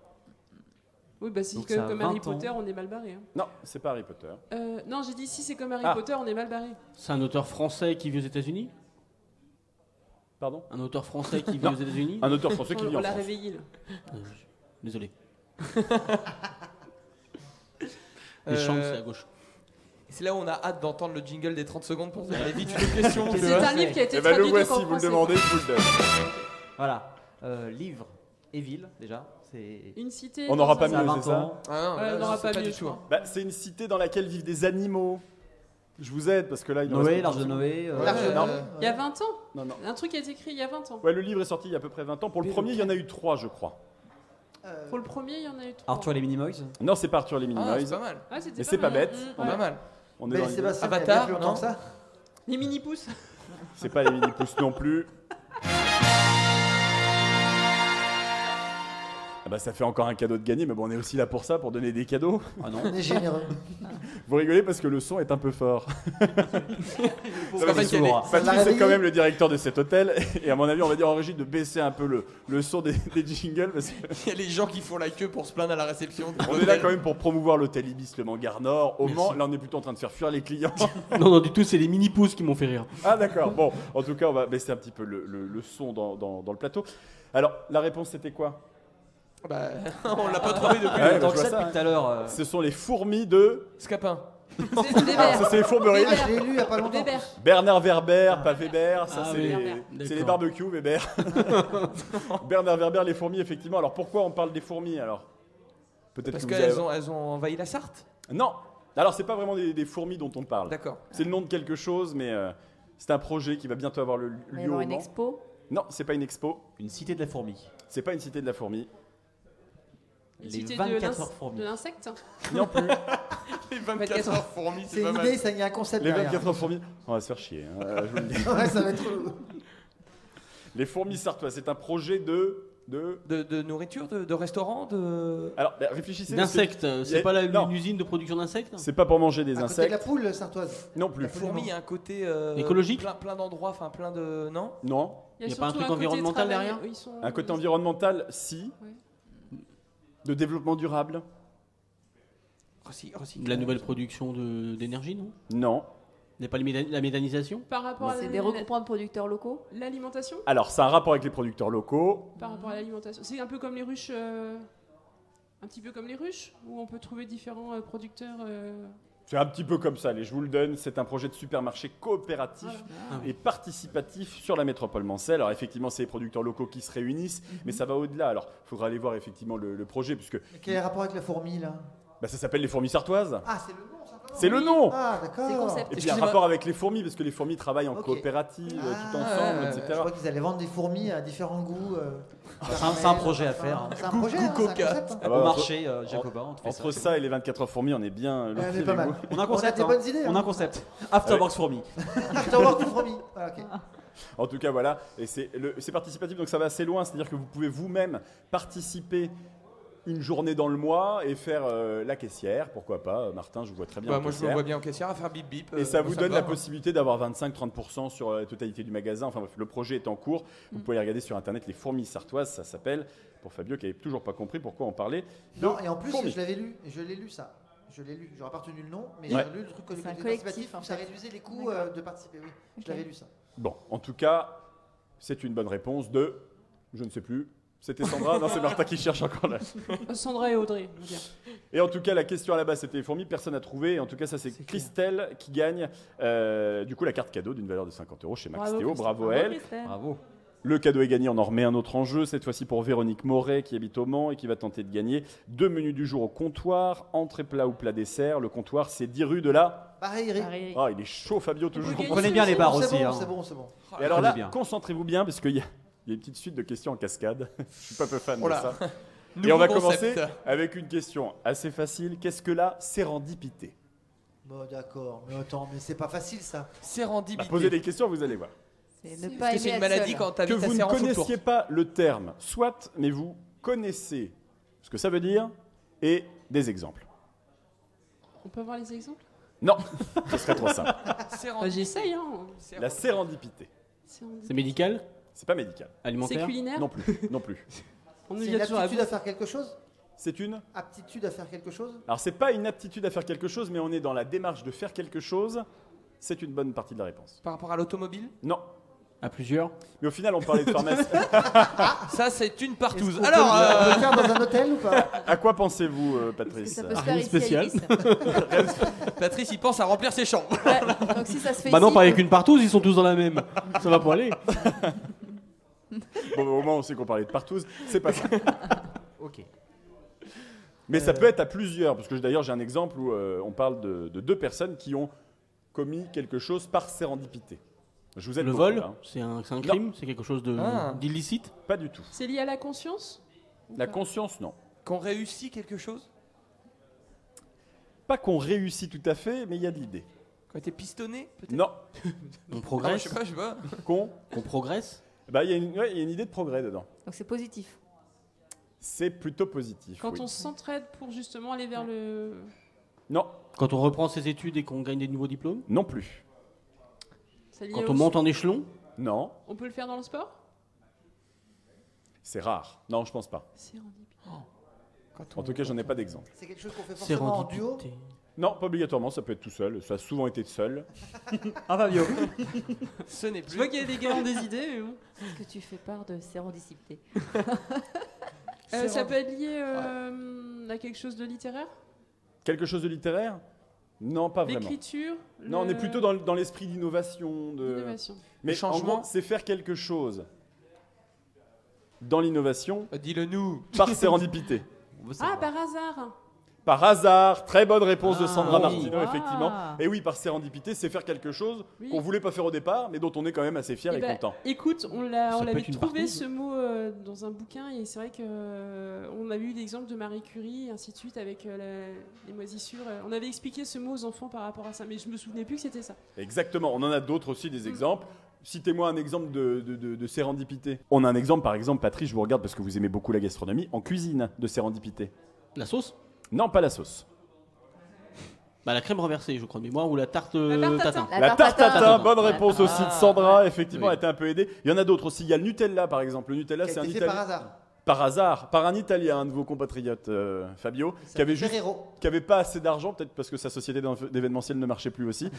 Speaker 3: Oui, bah si
Speaker 9: Donc
Speaker 3: que-
Speaker 9: ça a
Speaker 3: comme Harry
Speaker 9: 20 ans.
Speaker 3: Potter, on est mal barré. hein.
Speaker 2: Non, c'est pas Harry Potter.
Speaker 3: Euh, non, j'ai dit si c'est comme Harry
Speaker 2: Ah.
Speaker 3: Potter, on est mal barré.
Speaker 4: C'est un auteur français qui vit aux États-Unis
Speaker 2: Pardon
Speaker 4: Un auteur français qui vit
Speaker 2: Non.
Speaker 4: aux États-Unis
Speaker 2: Un auteur français qui
Speaker 3: on
Speaker 2: vit en
Speaker 3: l'a
Speaker 2: France.
Speaker 3: réveillé là.
Speaker 4: Euh, Désolé.
Speaker 6: Euh,
Speaker 4: Les chambres,
Speaker 9: Euh,
Speaker 4: c'est à gauche.
Speaker 6: C'est là où on a hâte d'entendre le jingle des 30 secondes pour faire aller vite une question. tu
Speaker 3: C'est
Speaker 6: vois.
Speaker 3: un livre qui a été
Speaker 2: Eh ben, le
Speaker 3: traduit donc
Speaker 2: voici,
Speaker 3: en
Speaker 2: vous le
Speaker 3: français.
Speaker 2: demandez, je vous le donne.
Speaker 9: Voilà. Euh, livre et ville déjà. C'est.
Speaker 3: Une cité.
Speaker 2: On
Speaker 3: dans
Speaker 2: n'aura
Speaker 3: un-
Speaker 2: pas
Speaker 9: Ça a
Speaker 2: mieux,
Speaker 9: 20
Speaker 2: c'est ça
Speaker 9: ans.
Speaker 6: Ah non,
Speaker 3: Ouais,
Speaker 6: là,
Speaker 3: on n'aura
Speaker 6: c'est
Speaker 3: pas
Speaker 6: du
Speaker 3: mieux, je
Speaker 6: tout.
Speaker 3: crois.
Speaker 2: Bah, C'est une cité dans laquelle vivent des animaux. Je vous aide parce que là, il en
Speaker 9: Noé,
Speaker 2: reste-
Speaker 9: l'Arche de Noé. euh,
Speaker 5: Large-
Speaker 2: non.
Speaker 5: euh,
Speaker 3: Il y a 20 ans
Speaker 2: Non, non.
Speaker 3: Un truc qui a été écrit il y a 20 ans.
Speaker 2: Ouais, le livre est sorti il y a à peu près 20 ans. Pour le premier, il y en a eu 3, je crois.
Speaker 5: euh,
Speaker 3: Pour le premier, il y en a eu 3.
Speaker 9: Arthur et les Minimoys.
Speaker 2: Non, c'est pas Arthur et les
Speaker 6: Ah,
Speaker 2: Minimoys.
Speaker 6: c'est pas mal.
Speaker 3: Ah, c'était
Speaker 2: Mais c'est pas
Speaker 3: mal.
Speaker 2: bête.
Speaker 3: Mm,
Speaker 2: Pas
Speaker 3: ouais.
Speaker 6: Pas mal.
Speaker 2: On est dans
Speaker 5: Belle et
Speaker 2: l'idée.
Speaker 5: Sébastien, il
Speaker 6: Avatar,
Speaker 5: y a plus longtemps
Speaker 6: non
Speaker 5: que ça
Speaker 3: Les mini-pousses.
Speaker 2: C'est pas les mini-pouces non plus. Ah bah ça fait encore un cadeau de gagné, mais bon on est aussi là pour ça, pour donner des cadeaux.
Speaker 6: Ah
Speaker 5: On
Speaker 6: non.
Speaker 5: est généreux.
Speaker 2: Vous rigolez parce que le son est un peu fort.
Speaker 6: C'est pas mal qu'il y ait
Speaker 5: Ça l'a
Speaker 2: Patrick c'est
Speaker 5: réveillé.
Speaker 2: quand même le directeur de cet hôtel, et à mon avis on va dire en régie de baisser un peu le, le son des, des jingles, parce que
Speaker 6: des- il y a les gens qui font la queue pour se plaindre à la réception.
Speaker 2: on est là quand même pour promouvoir l'hôtel Ibis, le Mangar Nord, au
Speaker 4: Merci.
Speaker 2: Mans, là on est plutôt en train de faire fuir les clients.
Speaker 4: Non, non, du tout, c'est les mini-pouces qui m'ont fait rire.
Speaker 2: Ah d'accord, bon, en tout cas on va baisser un petit peu le, le- le son dans, dans- dans le plateau. Alors la réponse c'était quoi
Speaker 6: Bah, on l'a pas trouvé
Speaker 4: Ah,
Speaker 6: depuis
Speaker 2: Ouais, bah,
Speaker 9: Tant
Speaker 2: je
Speaker 9: que
Speaker 2: vois
Speaker 9: ça
Speaker 2: ça,
Speaker 9: depuis
Speaker 2: hein.
Speaker 9: tout à l'heure. euh,
Speaker 2: Ce sont les fourmis de...
Speaker 6: Scapin.
Speaker 3: C'est des
Speaker 2: Ah,
Speaker 3: verres.
Speaker 2: ça c'est les fourberies.
Speaker 5: Ah, je l'ai lu il y a pas longtemps.
Speaker 3: Des verres.
Speaker 2: Bernard Werber, pas Weber, ça
Speaker 4: Ah
Speaker 2: c'est
Speaker 4: oui,
Speaker 2: les-
Speaker 3: Werber.
Speaker 2: c'est les,
Speaker 4: D'accord.
Speaker 2: barbecues Weber. Bernard Werber, les fourmis effectivement. Alors pourquoi on parle des fourmis alors Peut-être
Speaker 6: Parce
Speaker 2: que vous avez-
Speaker 6: qu'elles ont, elles ont envahi la Sarthe.
Speaker 2: Non, alors c'est pas vraiment des, des fourmis dont on parle.
Speaker 6: D'accord.
Speaker 2: C'est le nom de quelque chose, mais euh, c'est un projet qui va bientôt avoir le lieu
Speaker 8: Il va y
Speaker 2: au
Speaker 8: avoir une
Speaker 2: Mans.
Speaker 8: expo.
Speaker 2: Non, c'est pas une expo,
Speaker 9: Une cité de la fourmi.
Speaker 2: c'est pas une cité de la fourmi.
Speaker 3: Les
Speaker 9: Les
Speaker 3: cités de
Speaker 9: 24
Speaker 3: l'ins-
Speaker 9: heures fourmis.
Speaker 3: de l'insecte. hein.
Speaker 2: Non plus.
Speaker 6: Les 24 heures fourmis,
Speaker 5: C'est
Speaker 6: c'est pas
Speaker 5: une
Speaker 6: mal.
Speaker 5: idée, ça- il y a un concept
Speaker 2: les
Speaker 5: derrière.
Speaker 2: 24 heures fourmis, on va se faire chier. hein, euh, je vous le dis.
Speaker 5: Ouais, ça va être relou. Ah,
Speaker 2: Les fourmis sartois, c'est un projet de de.
Speaker 6: De, de nourriture, de, de restaurant, de.
Speaker 2: Alors bah, réfléchissez. parce que
Speaker 4: D'insectes, euh,
Speaker 2: y
Speaker 4: c'est
Speaker 2: a-
Speaker 4: pas la-
Speaker 2: non.
Speaker 4: une usine de production d'insectes
Speaker 2: C'est pas pour manger des
Speaker 5: À côté de la
Speaker 2: insectes.
Speaker 5: poule sartoise.
Speaker 2: Non plus.
Speaker 6: La fourmi, il y a un côté. euh,
Speaker 4: Écologique
Speaker 6: Plein, plein d'endroits, enfin plein de. Non
Speaker 2: Non.
Speaker 4: Il y a pas un
Speaker 3: surtout
Speaker 4: truc
Speaker 3: côté
Speaker 4: environnemental
Speaker 3: travail,
Speaker 4: derrière
Speaker 3: eux, ils sont-
Speaker 2: Un côté
Speaker 3: ils-
Speaker 2: environnemental, si.
Speaker 3: Ouais.
Speaker 2: De développement durable
Speaker 6: Recy-
Speaker 4: De
Speaker 6: recyclage.
Speaker 4: la nouvelle production de- d'énergie, non
Speaker 2: Non.
Speaker 4: N'est pas les méda- la méthanisation
Speaker 3: Par
Speaker 2: Oh, Bah,
Speaker 3: rapport à
Speaker 8: C'est des
Speaker 3: la-
Speaker 8: regroupements de producteurs locaux.
Speaker 3: l'alimentation
Speaker 2: Alors, ça a un rapport avec les producteurs locaux.
Speaker 3: Par rapport à l'alimentation. C'est un peu comme les ruches. euh, Un petit peu comme les ruches, où on peut trouver différents euh, producteurs. euh,
Speaker 2: C'est un petit peu comme ça, allez, je vous le donne. C'est un projet de supermarché coopératif
Speaker 3: voilà.
Speaker 2: et participatif sur la métropole mancelle. Alors, effectivement, c'est les producteurs locaux qui se réunissent, mais ça va au-delà. Alors, il faudra aller voir effectivement le, le projet, puisque
Speaker 5: Quel est le rapport avec la fourmi là
Speaker 2: bah, ça s'appelle les fourmis sartoises.
Speaker 5: Ah, c'est le nom, simplement.
Speaker 2: C'est le nom
Speaker 5: Ah, d'accord.
Speaker 8: C'est concept.
Speaker 2: Et puis, il y a un
Speaker 6: Excusez-moi.
Speaker 2: rapport avec les fourmis, parce que les fourmis travaillent en
Speaker 5: Ok.
Speaker 2: coopérative, euh, tout
Speaker 5: Ah,
Speaker 2: ensemble,
Speaker 6: ouais,
Speaker 5: Je
Speaker 2: etc.
Speaker 5: crois qu'ils allaient vendre des fourmis à différents goûts. euh,
Speaker 9: Ah, C'est un- c'est un projet à faire, hein.
Speaker 5: C'est un projet, hein, c'est un
Speaker 6: Coca.
Speaker 5: concept, hein.
Speaker 2: Ah bah,
Speaker 9: Au
Speaker 2: entre-
Speaker 9: marché, euh, Jacobin. on te fait
Speaker 2: Entre
Speaker 9: ça.
Speaker 2: ça et les 24 heures fourmis, on est bien. le
Speaker 5: Ouais,
Speaker 2: pied
Speaker 5: mais pas
Speaker 2: du
Speaker 5: mal.
Speaker 2: goût.
Speaker 9: On a un concept.
Speaker 5: des
Speaker 9: hein.
Speaker 5: bonnes idées,
Speaker 9: On a
Speaker 5: hein.
Speaker 9: un concept.
Speaker 2: Ah,
Speaker 9: Afterworks fourmi.
Speaker 5: Afterwork pour fourmis. Voilà, ok.
Speaker 2: En tout cas, voilà. Et c'est le- c'est participatif, donc ça va assez loin. C'est-à-dire que vous pouvez vous-même participer une journée dans le mois et faire euh, la caissière, pourquoi pas. Euh, Martin, je vous vois très bien.
Speaker 6: Bah,
Speaker 2: en
Speaker 6: moi, je me
Speaker 2: caissière.
Speaker 6: vois bien en caissière à faire bip bip.
Speaker 2: Et
Speaker 6: euh,
Speaker 2: ça
Speaker 6: moi,
Speaker 2: vous donne
Speaker 6: me
Speaker 2: la
Speaker 6: va.
Speaker 2: possibilité d'avoir 25-30% sur euh, la totalité du magasin. Enfin bref, le projet est en cours. Vous pouvez regarder sur internet les fourmis sartoises, ça s'appelle. Pour Fabio qui n'avait toujours pas compris pourquoi on parlait. de
Speaker 5: Non, et en plus,
Speaker 2: fourmis.
Speaker 5: je l'avais lu, je l'ai lu ça. Je l'ai lu, j'aurais pas retenu le nom, mais
Speaker 2: Ouais.
Speaker 5: j'ai lu le truc que
Speaker 8: C'est un
Speaker 5: participatif,
Speaker 8: collectif, en
Speaker 5: ça
Speaker 8: fait.
Speaker 5: réduisait les coûts euh, de participer, oui.
Speaker 8: Ok.
Speaker 5: Je l'avais lu ça.
Speaker 2: Bon, en tout cas, c'est une bonne réponse de. Je ne sais plus. C'était Sandra Non, c'est Martin qui cherche encore là.
Speaker 3: Euh, Sandra et Audrey. on va dire.
Speaker 2: Et en tout cas, la question à la base, c'était les fourmis, personne n'a trouvé. Et en tout cas, ça, c'est Christelle qui gagne euh, du coup la carte cadeau d'une valeur de 50 euros chez Max
Speaker 3: Bravo,
Speaker 2: Théo.
Speaker 3: Christelle.
Speaker 2: Bravo à elle.
Speaker 9: Bravo.
Speaker 2: Le cadeau est gagné, on en remet un autre en jeu, cette fois-ci pour Véronique Moret qui habite au Mans et qui va tenter de gagner deux menus du jour au comptoir, entrée plat ou plat dessert. Le comptoir, c'est 10 rues de là.
Speaker 5: Pareil, Eric.
Speaker 8: Pareil.
Speaker 2: Ah, il est chaud, Fabio,
Speaker 3: Vous
Speaker 2: toujours.
Speaker 3: gagnez,
Speaker 9: Prenez bien
Speaker 3: c'est
Speaker 9: les barres
Speaker 5: C'est
Speaker 9: aussi.
Speaker 5: bon,
Speaker 9: hein.
Speaker 5: c'est bon, c'est bon.
Speaker 6: Oh,
Speaker 2: Et alors là,
Speaker 9: Très bien.
Speaker 2: concentrez-vous bien parce qu'il y a. il y a une petite suite de questions en cascade. Je suis pas peu fan
Speaker 6: Oh là.
Speaker 2: de ça. Et
Speaker 6: Nouveau
Speaker 2: on va commencer
Speaker 6: concept.
Speaker 2: avec une question assez facile. Qu'est-ce que la sérendipité
Speaker 5: Bon, d'accord, mais attends, mais c'est pas facile ça.
Speaker 2: Bah,
Speaker 6: Sérendipité.
Speaker 2: Posez des questions, vous allez voir.
Speaker 8: C'est
Speaker 3: Parce
Speaker 8: ne
Speaker 3: que
Speaker 8: pas
Speaker 6: Parce que
Speaker 8: aimer
Speaker 6: c'est une
Speaker 8: être
Speaker 6: maladie
Speaker 8: seul.
Speaker 6: quand
Speaker 2: que
Speaker 6: t'habites à
Speaker 2: vous ne
Speaker 6: Serran-Soutour.
Speaker 2: connaissiez pas le terme, soit, mais vous connaissez ce que ça veut dire et des exemples.
Speaker 3: On peut voir les exemples
Speaker 2: Non, ce serait trop simple.
Speaker 3: Bah,
Speaker 6: Serrandi-
Speaker 3: J'essaye. hein.
Speaker 2: La sérendipité,
Speaker 3: C'est en-
Speaker 4: C'est médical
Speaker 2: c'est pas médical.
Speaker 3: C'est
Speaker 4: Alimentaire
Speaker 3: culinaire
Speaker 2: Non plus, non plus.
Speaker 3: On nous
Speaker 5: C'est
Speaker 3: dit
Speaker 5: une
Speaker 3: toujours à
Speaker 5: aptitude à faire quelque chose
Speaker 2: C'est une.
Speaker 5: Aptitude à faire quelque chose
Speaker 2: Alors c'est pas une aptitude à faire quelque chose, mais on est dans la démarche de faire quelque chose. C'est une bonne partie de la réponse.
Speaker 6: Par rapport à l'automobile
Speaker 2: Non.
Speaker 4: À plusieurs
Speaker 2: Mais au final, on parlait de pharmacie.
Speaker 6: Ça, c'est une partouze.
Speaker 5: On peut-
Speaker 6: Alors,
Speaker 5: on peut
Speaker 6: euh,
Speaker 5: le faire dans un hôtel ou pas
Speaker 2: à quoi pensez-vous, euh,
Speaker 8: Parce que
Speaker 2: Patrice
Speaker 8: ça peut se
Speaker 4: Ah, rien
Speaker 8: faire
Speaker 4: de
Speaker 8: ici à
Speaker 4: spécial.
Speaker 8: Ibis.
Speaker 6: Patrice, il pense à remplir ses chambres.
Speaker 8: Ouais, Donc si ça se fait
Speaker 4: Bah non,
Speaker 8: ici,
Speaker 4: pas avec une partouze, ils sont tous dans la même. Ça va pas aller.
Speaker 2: Bon, au moins, on sait qu'on parlait de partouze. C'est pas ça.
Speaker 9: Ok.
Speaker 2: euh, Mais ça peut être à plusieurs, parce que d'ailleurs j'ai un exemple où euh, on parle de, de deux personnes qui ont commis quelque chose par sérendipité Je vous aide
Speaker 4: Le
Speaker 2: beaucoup,
Speaker 4: vol,
Speaker 2: là, hein.
Speaker 4: c'est un, c'est un crime, c'est quelque chose de-
Speaker 6: Ah.
Speaker 4: d'illicite.
Speaker 2: Pas du tout.
Speaker 3: C'est lié à la conscience Ou
Speaker 2: La
Speaker 3: pas
Speaker 2: conscience, non.
Speaker 6: Qu'on réussit quelque chose
Speaker 2: Pas qu'on réussit tout à fait, mais il y a de l'idée.
Speaker 6: Quand t'es pistonné peut-être
Speaker 2: Non,
Speaker 4: On
Speaker 6: Ah, moi, je
Speaker 4: progresse.
Speaker 6: sais pas, je sais pas.
Speaker 2: qu'on.
Speaker 4: On progresse.
Speaker 2: Bah, il y, a une- ouais, il y a une idée de progrès dedans.
Speaker 8: Donc c'est positif.
Speaker 2: C'est plutôt positif.
Speaker 3: Quand
Speaker 2: oui.
Speaker 3: on s'entraide pour justement aller vers le.
Speaker 2: Non,
Speaker 4: Quand on reprend ses études et qu'on gagne des nouveaux diplômes.
Speaker 2: non plus.
Speaker 3: c'est lié
Speaker 4: Quand
Speaker 3: au-
Speaker 4: on monte en échelon.
Speaker 2: Non,
Speaker 3: On peut le faire dans le sport
Speaker 2: c'est rare. Non, je pense pas.
Speaker 3: Sérendipité.
Speaker 6: Quand
Speaker 2: En
Speaker 6: on-
Speaker 2: tout cas, j'en ai pas d'exemple.
Speaker 5: C'est quelque chose qu'on fait forcément en duo.
Speaker 4: Sérendipité.
Speaker 2: Non, pas obligatoirement, ça peut être tout seul. Ça a souvent été seul.
Speaker 9: Ah, Fabio
Speaker 6: Ce n'est
Speaker 3: Je
Speaker 6: plus.
Speaker 3: vois qu'il y a des galants des idées, mais bon.
Speaker 8: Est-ce que tu fais part de sérendipité
Speaker 3: Euh, ça peut être lié euh, à quelque chose de littéraire
Speaker 2: Quelque chose de littéraire Non, pas vraiment.
Speaker 3: L'écriture
Speaker 2: Non, on
Speaker 3: le-
Speaker 2: est plutôt dans, le- dans l'esprit d'innovation. De...
Speaker 3: l'innovation.
Speaker 2: Mais
Speaker 6: Le changement.
Speaker 2: en gros, c'est faire quelque chose dans l'innovation
Speaker 6: Euh, Dis-le nous.
Speaker 2: par sérendipité.
Speaker 4: On veut
Speaker 3: Ah,
Speaker 4: savoir.
Speaker 3: par hasard
Speaker 2: Par hasard, très bonne réponse de
Speaker 4: Ah,
Speaker 2: Sandra
Speaker 4: oui.
Speaker 2: Martino,
Speaker 9: Ah.
Speaker 2: effectivement. Et oui, par sérendipité, c'est faire quelque chose
Speaker 3: Oui.
Speaker 2: qu'on voulait pas faire au départ, mais dont on est quand même assez fier
Speaker 3: Eh
Speaker 2: et
Speaker 3: ben,
Speaker 2: content.
Speaker 3: Écoute, on l'a,
Speaker 4: Ça
Speaker 3: on
Speaker 4: peut
Speaker 3: l'avait
Speaker 4: être une
Speaker 3: trouvé
Speaker 4: partouze.
Speaker 3: ce mot euh, dans un bouquin et c'est vrai que euh, on avait eu l'exemple de Marie Curie et ainsi de suite avec euh, la- les moisissures. euh, on avait expliqué ce mot aux enfants par rapport à ça, mais je me souvenais plus que c'était ça.
Speaker 2: Exactement, on en a d'autres aussi, des exemples. Citez-moi un exemple de, de- de- de sérendipité. On a un exemple, par exemple, Patrice, je vous regarde parce que vous aimez beaucoup la gastronomie, en cuisine de sérendipité.
Speaker 4: La sauce.
Speaker 2: Non, pas la sauce.
Speaker 4: Bah, la crème renversée, je crois de mémoire, ou la tarte euh,
Speaker 3: La tarte
Speaker 4: tatin.
Speaker 3: tatin.
Speaker 2: La tarte tatin,
Speaker 4: tatin.
Speaker 2: bonne réponse
Speaker 6: Ah,
Speaker 2: aussi de Sandra, effectivement,
Speaker 4: Oui.
Speaker 2: elle était un peu aidée. Il y en a d'autres aussi, il y a le Nutella, par exemple. Le Nutella,
Speaker 5: qui a
Speaker 2: c'est un
Speaker 5: été fait
Speaker 2: Italien.
Speaker 5: par
Speaker 2: Par,
Speaker 5: hasard.
Speaker 2: hasard, par un Italien, un de vos compatriotes, euh, Fabio,
Speaker 5: Ça
Speaker 2: qui avait
Speaker 5: s'appelle
Speaker 2: juste
Speaker 5: Ferrero.
Speaker 2: qui avait pas assez d'argent, peut-être parce que sa société d'en- d'événementiel ne marchait plus aussi.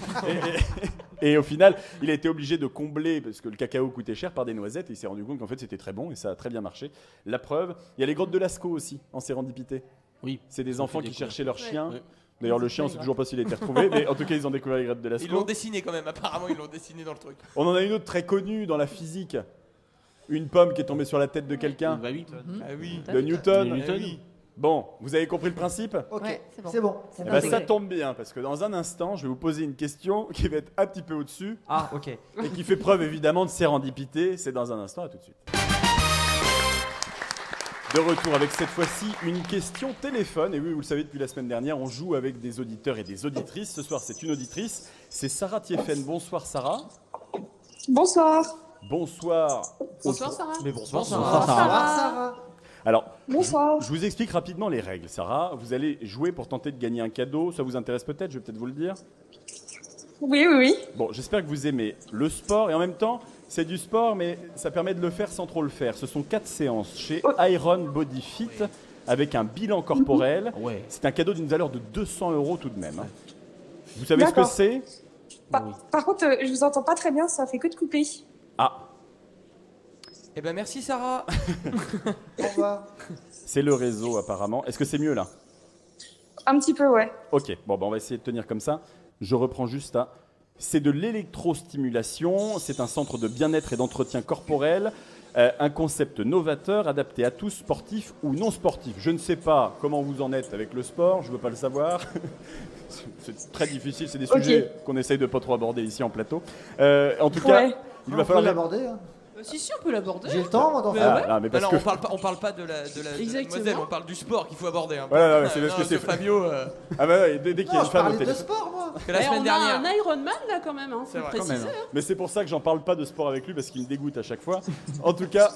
Speaker 2: Et, et- et au final, il a été obligé de combler, parce que le cacao coûtait cher, par des noisettes. Et il s'est rendu compte qu'en fait, c'était très bon et ça a très bien marché. La preuve, il y a les grottes de Lascaux aussi, en sérendipité.
Speaker 4: Oui.
Speaker 2: C'est des
Speaker 4: Ils ont
Speaker 2: enfants
Speaker 4: fait
Speaker 2: qui
Speaker 4: des
Speaker 2: cherchaient leur
Speaker 3: Ouais.
Speaker 2: chien.
Speaker 4: Ouais.
Speaker 2: D'ailleurs,
Speaker 9: Ils
Speaker 2: le
Speaker 9: ont
Speaker 2: chien, on
Speaker 9: fait
Speaker 2: sait
Speaker 9: les
Speaker 2: toujours pas s'il a été retrouvé, mais en tout cas, ils ont découvert les grottes de
Speaker 6: Ils l'ont
Speaker 2: Lascaux.
Speaker 6: dessiné quand même, apparemment ils l'ont dessiné dans le truc.
Speaker 2: On en a une autre très connue dans la physique. Une pomme qui est tombée sur la tête de quelqu'un,
Speaker 4: Bah oui.
Speaker 6: Ah oui.
Speaker 2: de Newton.
Speaker 4: De
Speaker 9: Eh
Speaker 4: Newton.
Speaker 6: Ah oui.
Speaker 2: Bon, vous avez compris le principe
Speaker 5: Ok,
Speaker 8: Ouais, c'est bon.
Speaker 5: c'est bon.
Speaker 8: C'est
Speaker 2: Eh
Speaker 5: On
Speaker 8: bon.
Speaker 2: ben,
Speaker 5: passe-
Speaker 2: ça
Speaker 8: Intégré.
Speaker 2: tombe bien, parce que dans un instant, je vais vous poser une question qui va être un petit peu au-dessus
Speaker 9: Ah, ok.
Speaker 2: et qui fait preuve évidemment de sérendipité. C'est dans un instant, à tout de suite. De retour avec cette fois-ci une question téléphone. Et oui, vous le savez depuis la semaine dernière, on joue avec des auditeurs et des auditrices. Ce soir, c'est une auditrice. C'est Sarah Tiefen. Bonsoir Sarah.
Speaker 10: Bonsoir.
Speaker 2: Bonsoir.
Speaker 3: Bonsoir Sarah.
Speaker 6: Mais bonsoir,
Speaker 9: Ah,
Speaker 5: Bonsoir, Sarah. Sarah.
Speaker 2: Alors,
Speaker 10: Bonsoir.
Speaker 2: je vous explique rapidement les règles, Sarah. Vous allez jouer pour tenter de gagner un cadeau. Ça vous intéresse peut-être, je vais peut-être vous le dire.
Speaker 10: Oui, oui, oui.
Speaker 2: Bon, j'espère que vous aimez le sport et en même temps, c'est du sport, mais ça permet de le faire sans trop le faire. Ce sont quatre séances chez Iron Body Fit avec un bilan corporel.
Speaker 9: Ah
Speaker 4: Ouais.
Speaker 2: C'est un cadeau d'une valeur de 200 euros tout de même. hein. Vous savez ce que
Speaker 10: D'accord.
Speaker 2: c'est
Speaker 10: Par,
Speaker 4: Oui.
Speaker 10: par contre, euh, je vous entends pas très bien, ça fait que de couper.
Speaker 2: Ah,
Speaker 6: Eh ben merci Sarah.
Speaker 5: Au revoir.
Speaker 2: c'est le réseau apparemment. Est-ce que c'est mieux là
Speaker 10: Un petit peu, ouais.
Speaker 2: Ok, bon, bah, on va essayer de tenir comme ça. Je reprends juste à. C'est de l'électrostimulation, c'est un centre de bien-être et d'entretien corporel, euh, un concept novateur adapté à tous, sportifs ou non sportifs. Je ne sais pas comment vous en êtes avec le sport, je ne veux pas le savoir. C'est- c'est très difficile, c'est des
Speaker 10: Ok.
Speaker 2: sujets qu'on essaye de pas trop aborder ici en plateau. Euh, en tout cas,
Speaker 10: Ouais.
Speaker 2: il
Speaker 5: On
Speaker 2: va
Speaker 5: peut
Speaker 2: falloir.
Speaker 5: l'aborder. hein.
Speaker 3: Euh, si si, on peut l'aborder.
Speaker 5: J'ai le temps, moi, d'en
Speaker 3: Bah
Speaker 5: faire.
Speaker 2: Ah, non, mais parce
Speaker 6: Alors
Speaker 2: que-
Speaker 6: on parle pas, on parle pas de la de la, de la
Speaker 3: Exactement.
Speaker 6: demoiselle, on parle du sport qu'il faut aborder. Hein.
Speaker 2: Voilà, ouais, c'est
Speaker 6: Non,
Speaker 2: parce que
Speaker 6: non,
Speaker 2: c'est-
Speaker 6: Fabio euh,
Speaker 2: Ah, bah, ouais, dès, dès qu'il y a
Speaker 5: Non,
Speaker 2: une
Speaker 5: je
Speaker 2: femme au
Speaker 5: parlais de
Speaker 2: téléphone.
Speaker 5: sport, moi.
Speaker 6: que la
Speaker 3: Eh,
Speaker 6: semaine
Speaker 3: on
Speaker 6: dernière.
Speaker 3: a un Iron Man là quand même, hein, faut
Speaker 6: C'est
Speaker 3: le
Speaker 6: vrai, quand
Speaker 3: préciser.
Speaker 4: même.
Speaker 2: Mais c'est pour ça que j'en parle pas de sport avec lui parce qu'il me dégoûte à chaque fois. En tout cas,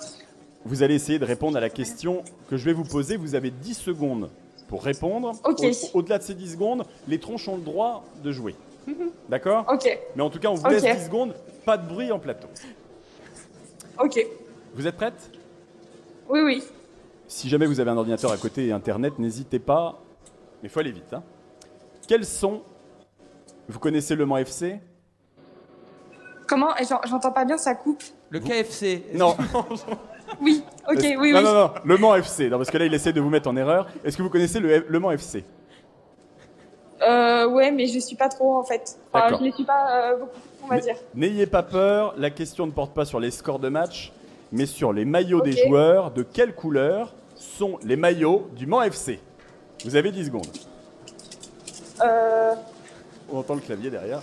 Speaker 2: vous allez essayer de répondre à la question que je vais vous poser. Vous avez 10 secondes pour répondre.
Speaker 10: Ok.
Speaker 2: Au- Au-delà de ces 10 secondes, les tronches ont le droit de jouer. D'accord
Speaker 10: Ok,
Speaker 2: Mais en tout cas, on vous
Speaker 10: Ok.
Speaker 2: laisse 10 secondes, pas de bruit en plateau.
Speaker 10: ok.
Speaker 2: Vous êtes prête
Speaker 10: Oui, oui.
Speaker 2: Si jamais vous avez un ordinateur à côté et internet, n'hésitez pas. Mais faut aller vite. Hein. Quels sont. Vous connaissez le Mans FC
Speaker 10: Comment eh, J'en- J'entends pas bien, ça coupe.
Speaker 6: Le KFC.
Speaker 2: Non.
Speaker 10: Oui, ok,
Speaker 2: Est-ce-
Speaker 10: oui, oui.
Speaker 2: Non, non, non, Le Mans FC. Non, parce que là, il essaie de vous mettre en erreur. Est-ce que vous connaissez le, le Mans FC
Speaker 10: Euh, ouais, mais je suis pas trop en fait. Enfin,
Speaker 2: D'accord.
Speaker 10: je les suis pas euh, beaucoup, on va
Speaker 2: Mais-
Speaker 10: dire.
Speaker 2: N'ayez pas peur, la question ne porte pas sur les scores de match, mais sur les maillots
Speaker 10: Ok.
Speaker 2: des joueurs. De quelle couleur sont les maillots du Mans FC Vous avez 10 secondes.
Speaker 10: Euh,
Speaker 2: On entend le clavier derrière.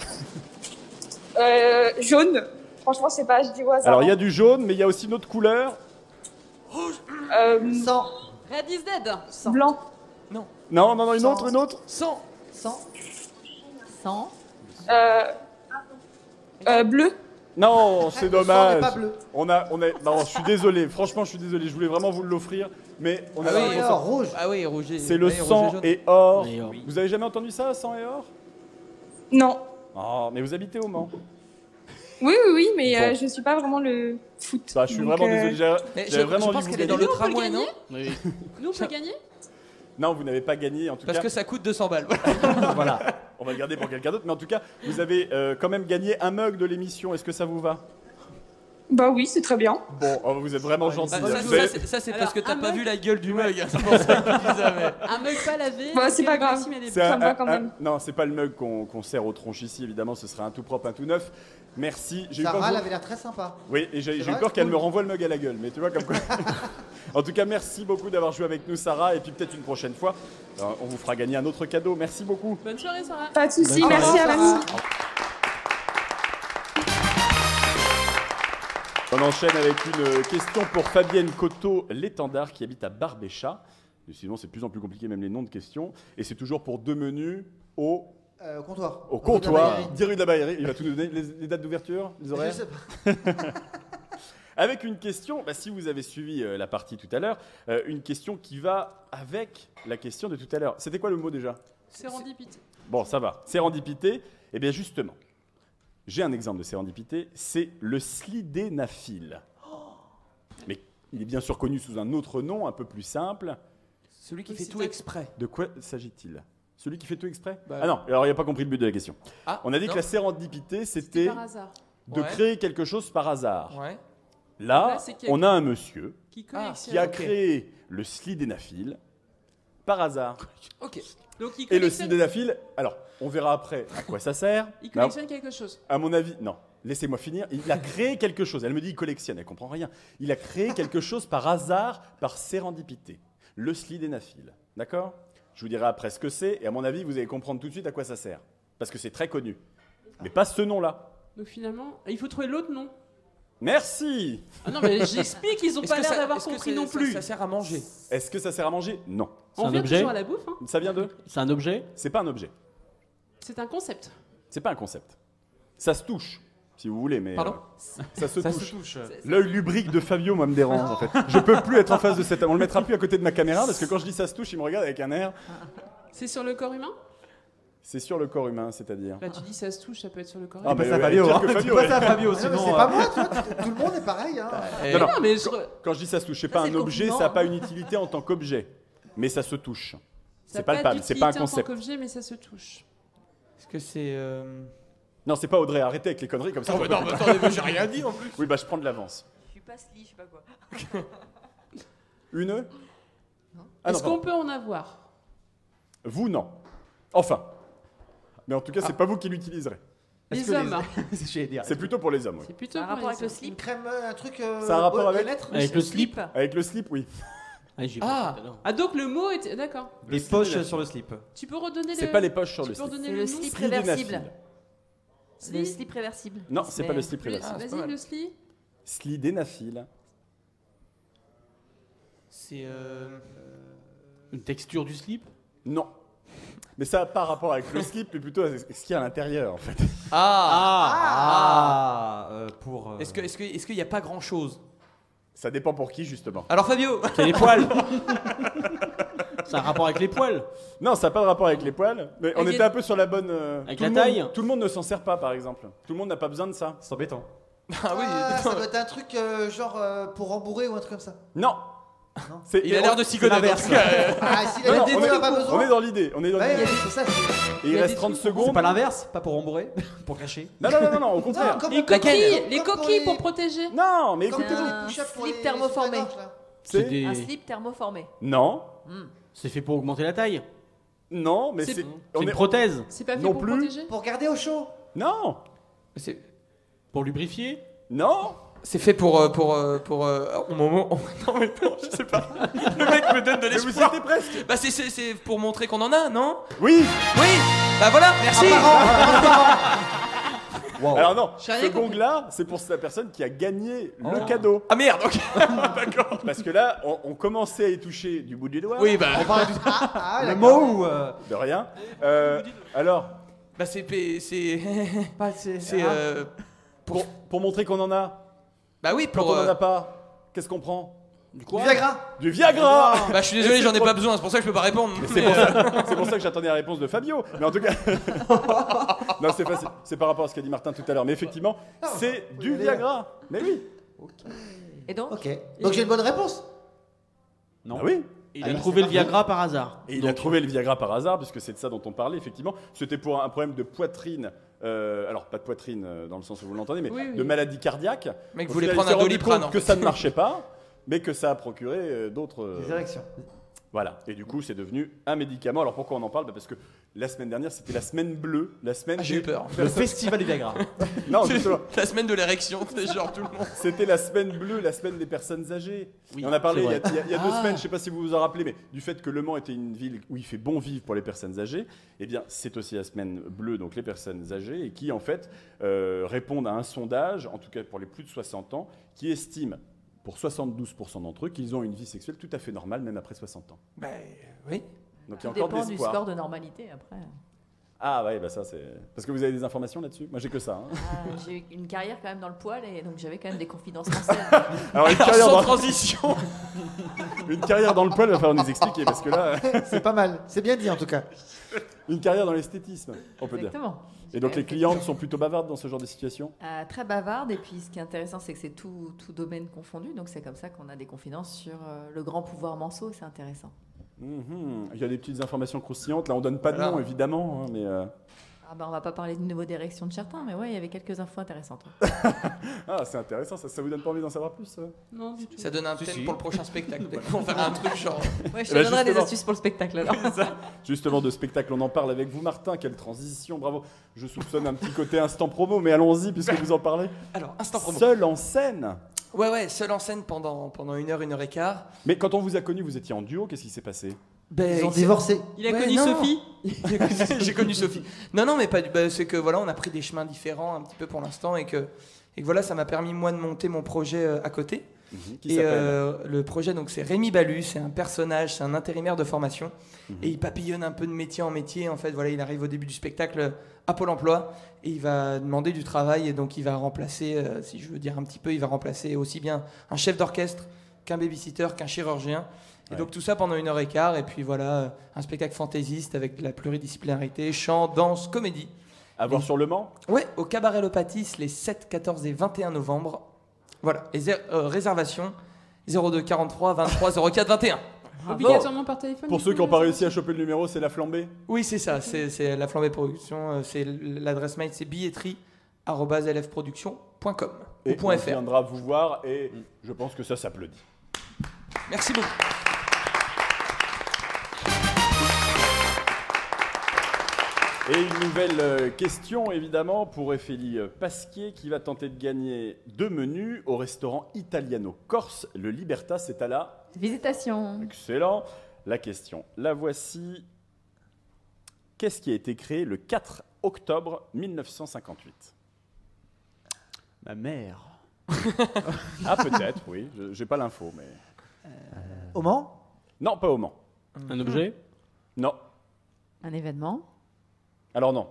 Speaker 10: Euh, jaune. Franchement, je sais pas, je dis au hasard.
Speaker 2: Alors il y a du jaune, mais il y a aussi une autre couleur.
Speaker 10: Euh,
Speaker 11: Red is dead.
Speaker 10: Blanc.
Speaker 2: Non, non, non, une autre, une autre.
Speaker 6: 100.
Speaker 8: 100. 100.
Speaker 10: Euh, euh, bleu.
Speaker 2: Non, c'est
Speaker 10: Le sang
Speaker 2: dommage. Ah
Speaker 10: n'est pas bleu.
Speaker 2: On a, on a. Non, je suis désolé. Franchement, je suis désolé. Je voulais vraiment vous l'offrir, mais on a.
Speaker 6: Ah
Speaker 2: la
Speaker 6: oui,
Speaker 2: réponse.
Speaker 6: alors, rouge. Ah oui, rouge et-
Speaker 2: C'est le
Speaker 6: oui, rouge et
Speaker 2: sang
Speaker 6: jaune.
Speaker 2: et or.
Speaker 6: Et or.
Speaker 2: Vous avez jamais entendu ça, sang et or
Speaker 10: Non.
Speaker 2: Oh, mais vous habitez au Mans.
Speaker 10: Oui, oui, oui, mais euh,
Speaker 2: Bon.
Speaker 10: je suis pas vraiment le foot.
Speaker 2: Bah, je suis vraiment désolé. J'ai-
Speaker 6: Mais
Speaker 2: J'avais
Speaker 6: je- je
Speaker 2: vraiment
Speaker 6: pense
Speaker 2: envie
Speaker 6: qu'elle
Speaker 2: de
Speaker 6: est
Speaker 2: vous
Speaker 6: dans le
Speaker 2: gagner.
Speaker 6: tramway, non
Speaker 11: Nous, on peut gagner
Speaker 2: Non, vous n'avez pas gagné en tout
Speaker 6: Parce
Speaker 2: cas.
Speaker 6: que ça coûte 200 balles.
Speaker 2: voilà. On va le garder pour quelqu'un d'autre, mais en tout cas, vous avez euh, quand même gagné un mug de l'émission. Est-ce que ça vous va
Speaker 10: Bah oui, c'est très bien.
Speaker 2: Bon, oh, vous êtes vraiment gentil.
Speaker 6: Ah, ça, c'est- ça, c'est parce que t'as pas vu la gueule du mug. hein, C'est pour ça que je disais, mais-
Speaker 11: Un mug pas lavé.
Speaker 10: Bon, Bah, c'est pas grave.
Speaker 2: C'est un- un- un- non, c'est pas le mug qu'on qu'on sert aux tronches ici, évidemment, ce serait un tout propre, un tout neuf. Merci. J'ai eu peur
Speaker 5: Sarah,
Speaker 2: que-
Speaker 5: elle avait l'air très sympa.
Speaker 2: Oui, et j'ai
Speaker 5: C'est
Speaker 2: j'ai eu
Speaker 5: vrai,
Speaker 2: peur
Speaker 5: c'est
Speaker 2: qu'elle
Speaker 5: cool.
Speaker 2: me renvoie le mug à la gueule, mais tu vois, comme quoi. en tout cas, merci beaucoup d'avoir joué avec nous, Sarah, et puis peut-être une prochaine fois, euh, on vous fera gagner un autre cadeau. Merci beaucoup.
Speaker 11: Bonne soirée, Sarah.
Speaker 10: Pas de soucis, merci
Speaker 5: Euh,
Speaker 10: à vous.
Speaker 2: On enchaîne avec une euh, question pour Fabienne Coteau, l'étendard qui habite à Barbéchat. Et Sinon, c'est de plus en plus compliqué, même les noms de questions. Et c'est toujours pour deux menus au,
Speaker 5: Euh, au comptoir.
Speaker 2: au
Speaker 5: Rue de la
Speaker 2: comptoir,
Speaker 5: Maillerie.
Speaker 2: 10 rue de la Baillerie. Il va tout nous donner, les, les dates d'ouverture, les horaires.
Speaker 5: Je sais pas.
Speaker 2: Avec une question, bah, si vous avez suivi euh, la partie tout à l'heure, euh, une question qui va avec la question de tout à l'heure. C'était quoi le mot déjà
Speaker 11: Sérendipité.
Speaker 2: Bon, ça va. Sérendipité, eh bien justement, j'ai un exemple de sérendipité, c'est le slidénaphile. Mais il est bien sûr connu sous un autre nom, un peu plus simple.
Speaker 6: Celui qui
Speaker 11: Oui,
Speaker 6: fait
Speaker 11: c'est
Speaker 6: tout
Speaker 11: un-
Speaker 6: exprès.
Speaker 2: De quoi s'agit-il Celui qui fait tout exprès
Speaker 6: Bah,
Speaker 2: Ah non, alors il n'a pas compris le but de la question.
Speaker 6: Ah,
Speaker 2: On a dit
Speaker 6: non.
Speaker 2: que la sérendipité,
Speaker 11: C'est
Speaker 2: c'était
Speaker 11: par hasard.
Speaker 2: de
Speaker 6: Ouais.
Speaker 2: créer quelque chose par hasard.
Speaker 6: Ouais.
Speaker 2: Là,
Speaker 11: Là, c'est qu'il y a-
Speaker 2: on a un monsieur
Speaker 11: Qui
Speaker 6: Ah,
Speaker 11: collectionne.
Speaker 2: qui a
Speaker 6: Ok.
Speaker 2: créé le slidénaphile par hasard.
Speaker 6: Ok.
Speaker 11: Donc, il
Speaker 2: Et le
Speaker 11: collectionne,
Speaker 2: slidénaphile, alors, on verra après à quoi ça sert.
Speaker 11: il
Speaker 2: Mais à-
Speaker 11: collectionne quelque chose.
Speaker 2: à mon avis, non. Laissez-moi finir. Il a créé quelque chose. Elle me dit, il collectionne, elle comprend rien. Il a créé quelque chose par hasard, par sérendipité. Le slidénaphile. D'accord Je vous dirai après ce que c'est, et à mon avis, vous allez comprendre tout de suite à quoi ça sert. Parce que c'est très connu. Mais pas ce nom-là.
Speaker 11: Donc finalement, il faut trouver l'autre nom.
Speaker 2: Merci
Speaker 11: Ah non, mais j'explique, ils ont
Speaker 6: Est-ce
Speaker 11: pas
Speaker 6: que
Speaker 11: l'air
Speaker 6: ça-
Speaker 11: d'avoir
Speaker 6: est-ce que
Speaker 11: compris
Speaker 6: c'est-
Speaker 11: non
Speaker 6: ça-
Speaker 11: plus.
Speaker 6: Ça sert à manger.
Speaker 2: Est-ce que ça sert à manger Non.
Speaker 11: On
Speaker 4: C'est un
Speaker 11: revient
Speaker 4: objet
Speaker 11: toujours à la bouffe. hein.
Speaker 2: Ça vient d'eux
Speaker 4: C'est un objet
Speaker 2: C'est pas un objet.
Speaker 11: C'est un concept.
Speaker 2: C'est pas un concept. Ça se touche, si vous voulez, mais.
Speaker 6: Pardon
Speaker 2: euh, ça se
Speaker 6: Ça
Speaker 2: touche.
Speaker 6: se touche.
Speaker 2: L'œil lubrique de Fabio, moi, me dérange, en fait. Je peux plus être en face de cet homme. On le mettra plus à côté de ma caméra, parce que quand je dis ça se touche, il me regarde avec un air.
Speaker 11: C'est sur le corps humain
Speaker 2: C'est sur le corps humain, c'est-à-dire.
Speaker 11: Là, tu dis ça se touche, ça peut être sur le corps
Speaker 2: Ah,
Speaker 11: humain.
Speaker 2: mais
Speaker 9: ça,
Speaker 2: ouais,
Speaker 9: Fabio,
Speaker 2: pire
Speaker 9: hein.
Speaker 2: que
Speaker 9: Dis
Speaker 2: Fabio,
Speaker 9: pas
Speaker 2: ouais.
Speaker 9: ça, Fabio,
Speaker 5: Non, mais
Speaker 9: sinon.
Speaker 5: c'est
Speaker 9: euh,
Speaker 5: pas moi, toi, tout- tout le monde est pareil. Hein.
Speaker 6: Eh,
Speaker 2: bah, Non, non.
Speaker 11: Non, mais je-
Speaker 2: Quand je dis ça se touche, c'est
Speaker 11: Ça,
Speaker 2: pas
Speaker 11: c'est
Speaker 2: un
Speaker 11: le
Speaker 2: objet, ça
Speaker 11: compliment,
Speaker 2: n'a
Speaker 11: hein.
Speaker 2: pas une utilité en tant qu'objet, mais ça se touche.
Speaker 11: ça
Speaker 2: C'est
Speaker 11: a pas
Speaker 2: palpable, c'est pas un
Speaker 11: d'utilité en tant
Speaker 2: concept.
Speaker 11: qu'objet, mais ça se touche.
Speaker 6: Est-ce que c'est. euh,
Speaker 2: Non, c'est pas Audrey, arrêtez avec les conneries comme ça. on peut plus.
Speaker 6: attendez, Ah, mais j'ai rien dit en plus.
Speaker 2: Oui, bah je prends de l'avance.
Speaker 8: Je suis pas sli, je sais pas quoi.
Speaker 2: Une Ah non,
Speaker 11: Est-ce qu'on
Speaker 2: pardon.
Speaker 11: peut en avoir
Speaker 2: Vous, non. Enfin. Mais en tout cas, c'est pas vous qui l'utiliserez.
Speaker 9: est-ce
Speaker 11: Les
Speaker 9: que
Speaker 11: hommes.
Speaker 9: J'allais dire.
Speaker 2: C'est plutôt pour les hommes, oui.
Speaker 11: C'est plutôt
Speaker 8: Un
Speaker 11: pour
Speaker 8: rapport
Speaker 11: les
Speaker 8: avec le
Speaker 11: hommes.
Speaker 5: Une
Speaker 8: slip
Speaker 5: crème, euh, un truc. euh,
Speaker 2: Ça a un rapport
Speaker 5: aux- aux
Speaker 2: avec
Speaker 5: lettres
Speaker 4: Avec le slip
Speaker 2: Avec le slip, oui.
Speaker 4: Ah, j'y ai
Speaker 6: Ah.
Speaker 4: pensé tout à l'heure.
Speaker 11: Ah, donc le mot était. D'accord.
Speaker 9: Des poches sur le slip.
Speaker 11: Tu peux redonner le.
Speaker 2: C'est pas les poches sur
Speaker 11: Tu
Speaker 2: le
Speaker 11: peux
Speaker 2: slip.
Speaker 11: redonner
Speaker 8: C'est
Speaker 11: le
Speaker 8: le
Speaker 11: nom
Speaker 8: slip
Speaker 2: Slidénaphile.
Speaker 8: réversible. Le
Speaker 11: Slip.
Speaker 8: slip réversible.
Speaker 2: Non,
Speaker 8: Il se
Speaker 2: c'est
Speaker 8: met-
Speaker 2: pas le slip
Speaker 11: Le-
Speaker 2: réversible.
Speaker 6: Ah, c'est pas
Speaker 11: Vas-y,
Speaker 6: mal.
Speaker 11: le slip.
Speaker 2: Slidénaphile.
Speaker 6: C'est. euh,
Speaker 4: Une texture du slip
Speaker 2: Non. Mais ça n'a pas rapport avec le slip, mais plutôt avec ce qu'il y a à l'intérieur, en fait.
Speaker 6: Ah,
Speaker 9: Ah, ah, euh, Pour. euh,
Speaker 6: Est-ce que- est-ce que- est-ce qu'il n'y a pas grand chose
Speaker 2: Ça dépend pour qui, justement.
Speaker 6: Alors Fabio
Speaker 4: C'est les poils C'est un rapport avec les poils
Speaker 2: Non, ça n'a pas de rapport avec les poils. Mais on
Speaker 11: Avec-
Speaker 2: était un peu sur la bonne. euh,
Speaker 4: Avec
Speaker 2: tout
Speaker 4: la
Speaker 2: le monde-
Speaker 4: taille
Speaker 2: Tout le monde ne s'en sert pas, par exemple. Tout le monde n'a pas besoin de ça.
Speaker 9: C'est embêtant.
Speaker 6: Ah oui,
Speaker 5: Ah,
Speaker 6: attends.
Speaker 5: ça doit être un truc euh, genre euh, pour rembourrer ou un truc comme ça.
Speaker 2: Non.
Speaker 5: Non.
Speaker 2: C'est-
Speaker 6: il a l'air de s'y connaître. en
Speaker 9: l'inverse.
Speaker 6: tout cas.
Speaker 5: Ah, s'il
Speaker 2: Non,
Speaker 5: avait
Speaker 2: non,
Speaker 5: des
Speaker 2: on,
Speaker 5: trucs,
Speaker 2: est,
Speaker 5: on a pas besoin.
Speaker 2: on est dans l'idée. On est dans
Speaker 5: Ouais,
Speaker 2: l'idée.
Speaker 5: ouais, c'est ça. c'est-
Speaker 2: Et il reste 30
Speaker 9: C'est
Speaker 2: secondes.
Speaker 9: pas l'inverse Pas pour rembourrer Pour cacher
Speaker 2: Non, non, non, non, non, au contraire.
Speaker 5: Non, comme
Speaker 11: Les
Speaker 5: comme-
Speaker 11: coquilles,
Speaker 5: comme
Speaker 11: les
Speaker 5: pour
Speaker 11: coquilles
Speaker 5: les-
Speaker 11: pour protéger.
Speaker 2: Non, mais
Speaker 5: comme pour
Speaker 8: Écoutez-vous.
Speaker 5: les
Speaker 2: écoutez-vous.
Speaker 8: Un
Speaker 5: push-ups pour
Speaker 8: slip
Speaker 5: les-
Speaker 8: thermoformé.
Speaker 5: sous la gorge, là.
Speaker 4: C'est
Speaker 2: C'est.
Speaker 4: des...
Speaker 8: Un slip thermoformé.
Speaker 2: Non,
Speaker 4: C'est fait pour augmenter la taille
Speaker 2: non, mais
Speaker 11: C'est-
Speaker 2: c'est.
Speaker 4: C'est
Speaker 2: On
Speaker 4: une
Speaker 2: est.
Speaker 4: prothèse
Speaker 11: C'est pas fait
Speaker 2: Non
Speaker 11: pour
Speaker 2: plus.
Speaker 11: protéger
Speaker 5: Pour garder au chaud.
Speaker 2: Non,
Speaker 6: C'est-
Speaker 4: Pour lubrifier
Speaker 2: non.
Speaker 6: C'est fait pour. euh, pour, euh, pour, euh, au moment. Non, mais non, je sais pas. Le mec me donne de
Speaker 2: Mais vous y
Speaker 6: l'espoir.
Speaker 2: étiez presque.
Speaker 6: Bah, c'est- c'est c'est pour montrer qu'on en a, non
Speaker 2: Oui.
Speaker 6: Oui Bah voilà, merci. Oh.
Speaker 5: Wow.
Speaker 2: Alors non,
Speaker 6: J'avais
Speaker 2: ce
Speaker 6: compris.
Speaker 2: gong-là, c'est pour la personne qui a gagné le
Speaker 6: Oh.
Speaker 2: cadeau.
Speaker 6: Ah merde, ok.
Speaker 2: D'accord. Parce que là, on, on commençait à y toucher du bout des doigts.
Speaker 6: Oui, bah.
Speaker 5: On parle du- Ah, ah,
Speaker 2: Le
Speaker 5: d'accord.
Speaker 2: mot ou... De rien. Euh, alors,
Speaker 6: Bah c'est p- c'est
Speaker 5: Pas assez.
Speaker 6: c'est
Speaker 5: Ah.
Speaker 6: euh,
Speaker 2: pour, pour montrer qu'on en a,
Speaker 6: bah oui
Speaker 2: quand
Speaker 6: pour
Speaker 2: on en
Speaker 6: euh,
Speaker 2: a pas, qu'est-ce qu'on prend
Speaker 6: du
Speaker 5: Du
Speaker 6: quoi
Speaker 5: Viagra
Speaker 2: Du Viagra
Speaker 6: Bah je suis désolé, j'en ai pas besoin, c'est pour ça que je peux pas répondre. euh,
Speaker 2: C'est pour, ça- c'est pour ça que j'attendais la réponse de Fabio. Mais en tout cas, non, c'est facile. C'est par rapport à ce qu'a dit Martin tout à l'heure. Mais effectivement, c'est du
Speaker 5: allez.
Speaker 2: Viagra. Mais oui.
Speaker 8: Et donc
Speaker 5: Ok. Donc j'ai une bonne réponse.
Speaker 2: Non. Ah oui.
Speaker 4: Il a trouvé le Viagra par hasard.
Speaker 2: Et il a trouvé le Viagra par hasard, puisque c'est de ça dont on parlait, effectivement. C'était pour un problème de poitrine. euh, alors, pas de poitrine euh, dans le sens où vous l'entendez, mais
Speaker 11: Oui, oui.
Speaker 2: de maladie cardiaque.
Speaker 6: Mec,
Speaker 2: Au
Speaker 6: vous voulez
Speaker 2: final, il
Speaker 6: prendre
Speaker 2: s'est
Speaker 6: un
Speaker 2: rendu
Speaker 6: Doliprane, hein.
Speaker 2: compte
Speaker 6: en
Speaker 2: Que
Speaker 6: fait.
Speaker 2: ça ne marchait pas, mais que ça a procuré euh, d'autres. euh,
Speaker 5: Des érections.
Speaker 2: Voilà. Et du coup, c'est devenu un médicament. Alors, pourquoi on en parle Bah, Parce que la semaine dernière, c'était la semaine bleue. La semaine.
Speaker 6: Ah, j'ai
Speaker 2: du-
Speaker 6: eu peur.
Speaker 9: Le festival du Viagra.
Speaker 2: Non, justement.
Speaker 6: La semaine de l'érection, c'est genre tout le monde.
Speaker 2: C'était la semaine bleue, la semaine des personnes âgées.
Speaker 4: Oui,
Speaker 2: Et on a parlé
Speaker 4: c'est
Speaker 2: il y a,
Speaker 4: vrai.
Speaker 2: il y a- il y a deux
Speaker 6: Ah.
Speaker 2: semaines, je ne sais pas si vous vous en rappelez, mais du fait que Le Mans était une ville où il fait bon vivre pour les personnes âgées, eh bien, c'est aussi la semaine bleue, donc les personnes âgées, et qui, en fait, euh, répondent à un sondage, en tout cas pour les plus de 60 ans, qui estime, pour 72% d'entre eux, qu'ils ont une vie sexuelle tout à fait normale, même après 60 ans.
Speaker 6: Bah oui.
Speaker 2: Donc il y a
Speaker 8: Tout
Speaker 2: encore
Speaker 8: dépend
Speaker 2: de
Speaker 8: du
Speaker 2: l'espoir.
Speaker 8: score de normalité après.
Speaker 2: Ah, ouais, bah ça, c'est. Parce que vous avez des informations là-dessus Moi, j'ai que ça. hein.
Speaker 8: Ah, j'ai eu une carrière quand même dans le poil et donc j'avais quand même des confidences françaises.
Speaker 2: Alors, une
Speaker 6: Alors,
Speaker 2: carrière,
Speaker 6: sans
Speaker 2: dans,
Speaker 6: transition.
Speaker 2: une carrière dans le poil, il va falloir nous expliquer, parce que là,
Speaker 5: C'est pas mal. C'est bien dit en tout cas.
Speaker 2: une carrière dans l'esthétisme, on peut dire.
Speaker 8: Exactement.
Speaker 2: Et donc les clientes sont plutôt bavardes dans ce genre de situation
Speaker 8: Euh, très bavarde et puis ce qui est intéressant c'est que c'est tout, tout domaine confondu donc c'est comme ça qu'on a des confidences sur euh, le grand pouvoir manceau c'est intéressant.
Speaker 2: Mhm. Il y a des petites informations croustillantes. Là, on donne pas de
Speaker 6: Voilà.
Speaker 2: nom, évidemment. hein, mais euh,
Speaker 8: Ah bah on va pas parler du niveau d'érection de Chartin mais ouais il y avait quelques infos intéressantes.
Speaker 2: Ah, c'est intéressant. Ça, ça vous donne pas envie d'en savoir plus euh ça
Speaker 3: Non, du tout.
Speaker 6: Ça donne un
Speaker 9: Si,
Speaker 6: thème
Speaker 9: si.
Speaker 6: pour le prochain spectacle. On verra un truc genre.
Speaker 8: Ouais, je
Speaker 2: Eh
Speaker 8: te
Speaker 2: ben,
Speaker 8: donnerai des
Speaker 2: justement.
Speaker 8: astuces pour le spectacle alors.
Speaker 2: Justement, de spectacle, on en parle avec vous, Martin. Quelle transition, bravo. Je soupçonne un petit côté instant promo, mais allons-y, puisque vous en parlez.
Speaker 6: Alors, instant promo.
Speaker 2: Seul en scène.
Speaker 6: Ouais, ouais, seul en scène pendant, pendant une heure, une heure et quart.
Speaker 2: Mais quand on vous a connu, vous étiez en duo. Qu'est-ce qui s'est passé
Speaker 6: Ben,
Speaker 5: Ils ont
Speaker 6: il s'est-
Speaker 5: divorcé.
Speaker 3: Il a
Speaker 6: Ouais,
Speaker 3: connu
Speaker 6: non.
Speaker 3: Sophie
Speaker 6: J'ai connu Sophie. Non, non, mais pas du. bah, c'est que voilà, on a pris des chemins différents un petit peu pour l'instant et que, et que voilà, ça m'a permis moi de monter mon projet euh, à côté.
Speaker 2: Qui
Speaker 6: et
Speaker 2: s'appelle
Speaker 6: euh, le projet, donc c'est Rémi Balu, c'est un personnage, c'est un intérimaire de formation
Speaker 2: Mhm.
Speaker 6: et il papillonne un peu de métier en métier. En fait, voilà, il arrive au début du spectacle à Pôle emploi et il va demander du travail et donc il va remplacer, euh, si je veux dire un petit peu, il va remplacer aussi bien un chef d'orchestre qu'un babysitter, qu'un chirurgien. Et
Speaker 2: Ouais.
Speaker 6: donc tout ça pendant une heure et quart, et puis voilà, euh, un spectacle fantaisiste avec de la pluridisciplinarité, chant, danse, comédie.
Speaker 2: À voir sur Le Mans
Speaker 6: Ouais, au Cabaret Le Patis les 7, 14 et 21 novembre. Voilà, et zé- euh, réservation 02 43 23 04 21.
Speaker 3: Obligatoirement par téléphone.
Speaker 2: Pour
Speaker 3: du
Speaker 2: ceux
Speaker 3: coup,
Speaker 2: qui n'ont pas
Speaker 3: là,
Speaker 2: réussi à choper le numéro, c'est la flambée.
Speaker 6: Oui, c'est ça, c'est c'est la flambée production, euh, c'est l'adresse mail, c'est billetterie.lfproduction.com ou
Speaker 2: Et on
Speaker 6: point Mm. .fr.
Speaker 2: viendra vous voir. Et je pense que ça s'applaudit.
Speaker 6: Merci beaucoup.
Speaker 2: Et une nouvelle euh, question, évidemment, pour Ophélie euh, Pasquier, qui va tenter de gagner deux menus au restaurant italiano-corse. Le Libertas, c'est à la...
Speaker 8: Visitation.
Speaker 2: Excellent. La question, la voici. Qu'est-ce qui a été créé le 4 octobre 1958
Speaker 4: Ma mère.
Speaker 2: Ah, peut-être, oui. Je- J'ai pas l'info, mais...
Speaker 5: Au Mans
Speaker 2: Non, pas au Mans.
Speaker 4: Un objet
Speaker 2: Non.
Speaker 8: Un événement.
Speaker 2: Alors non.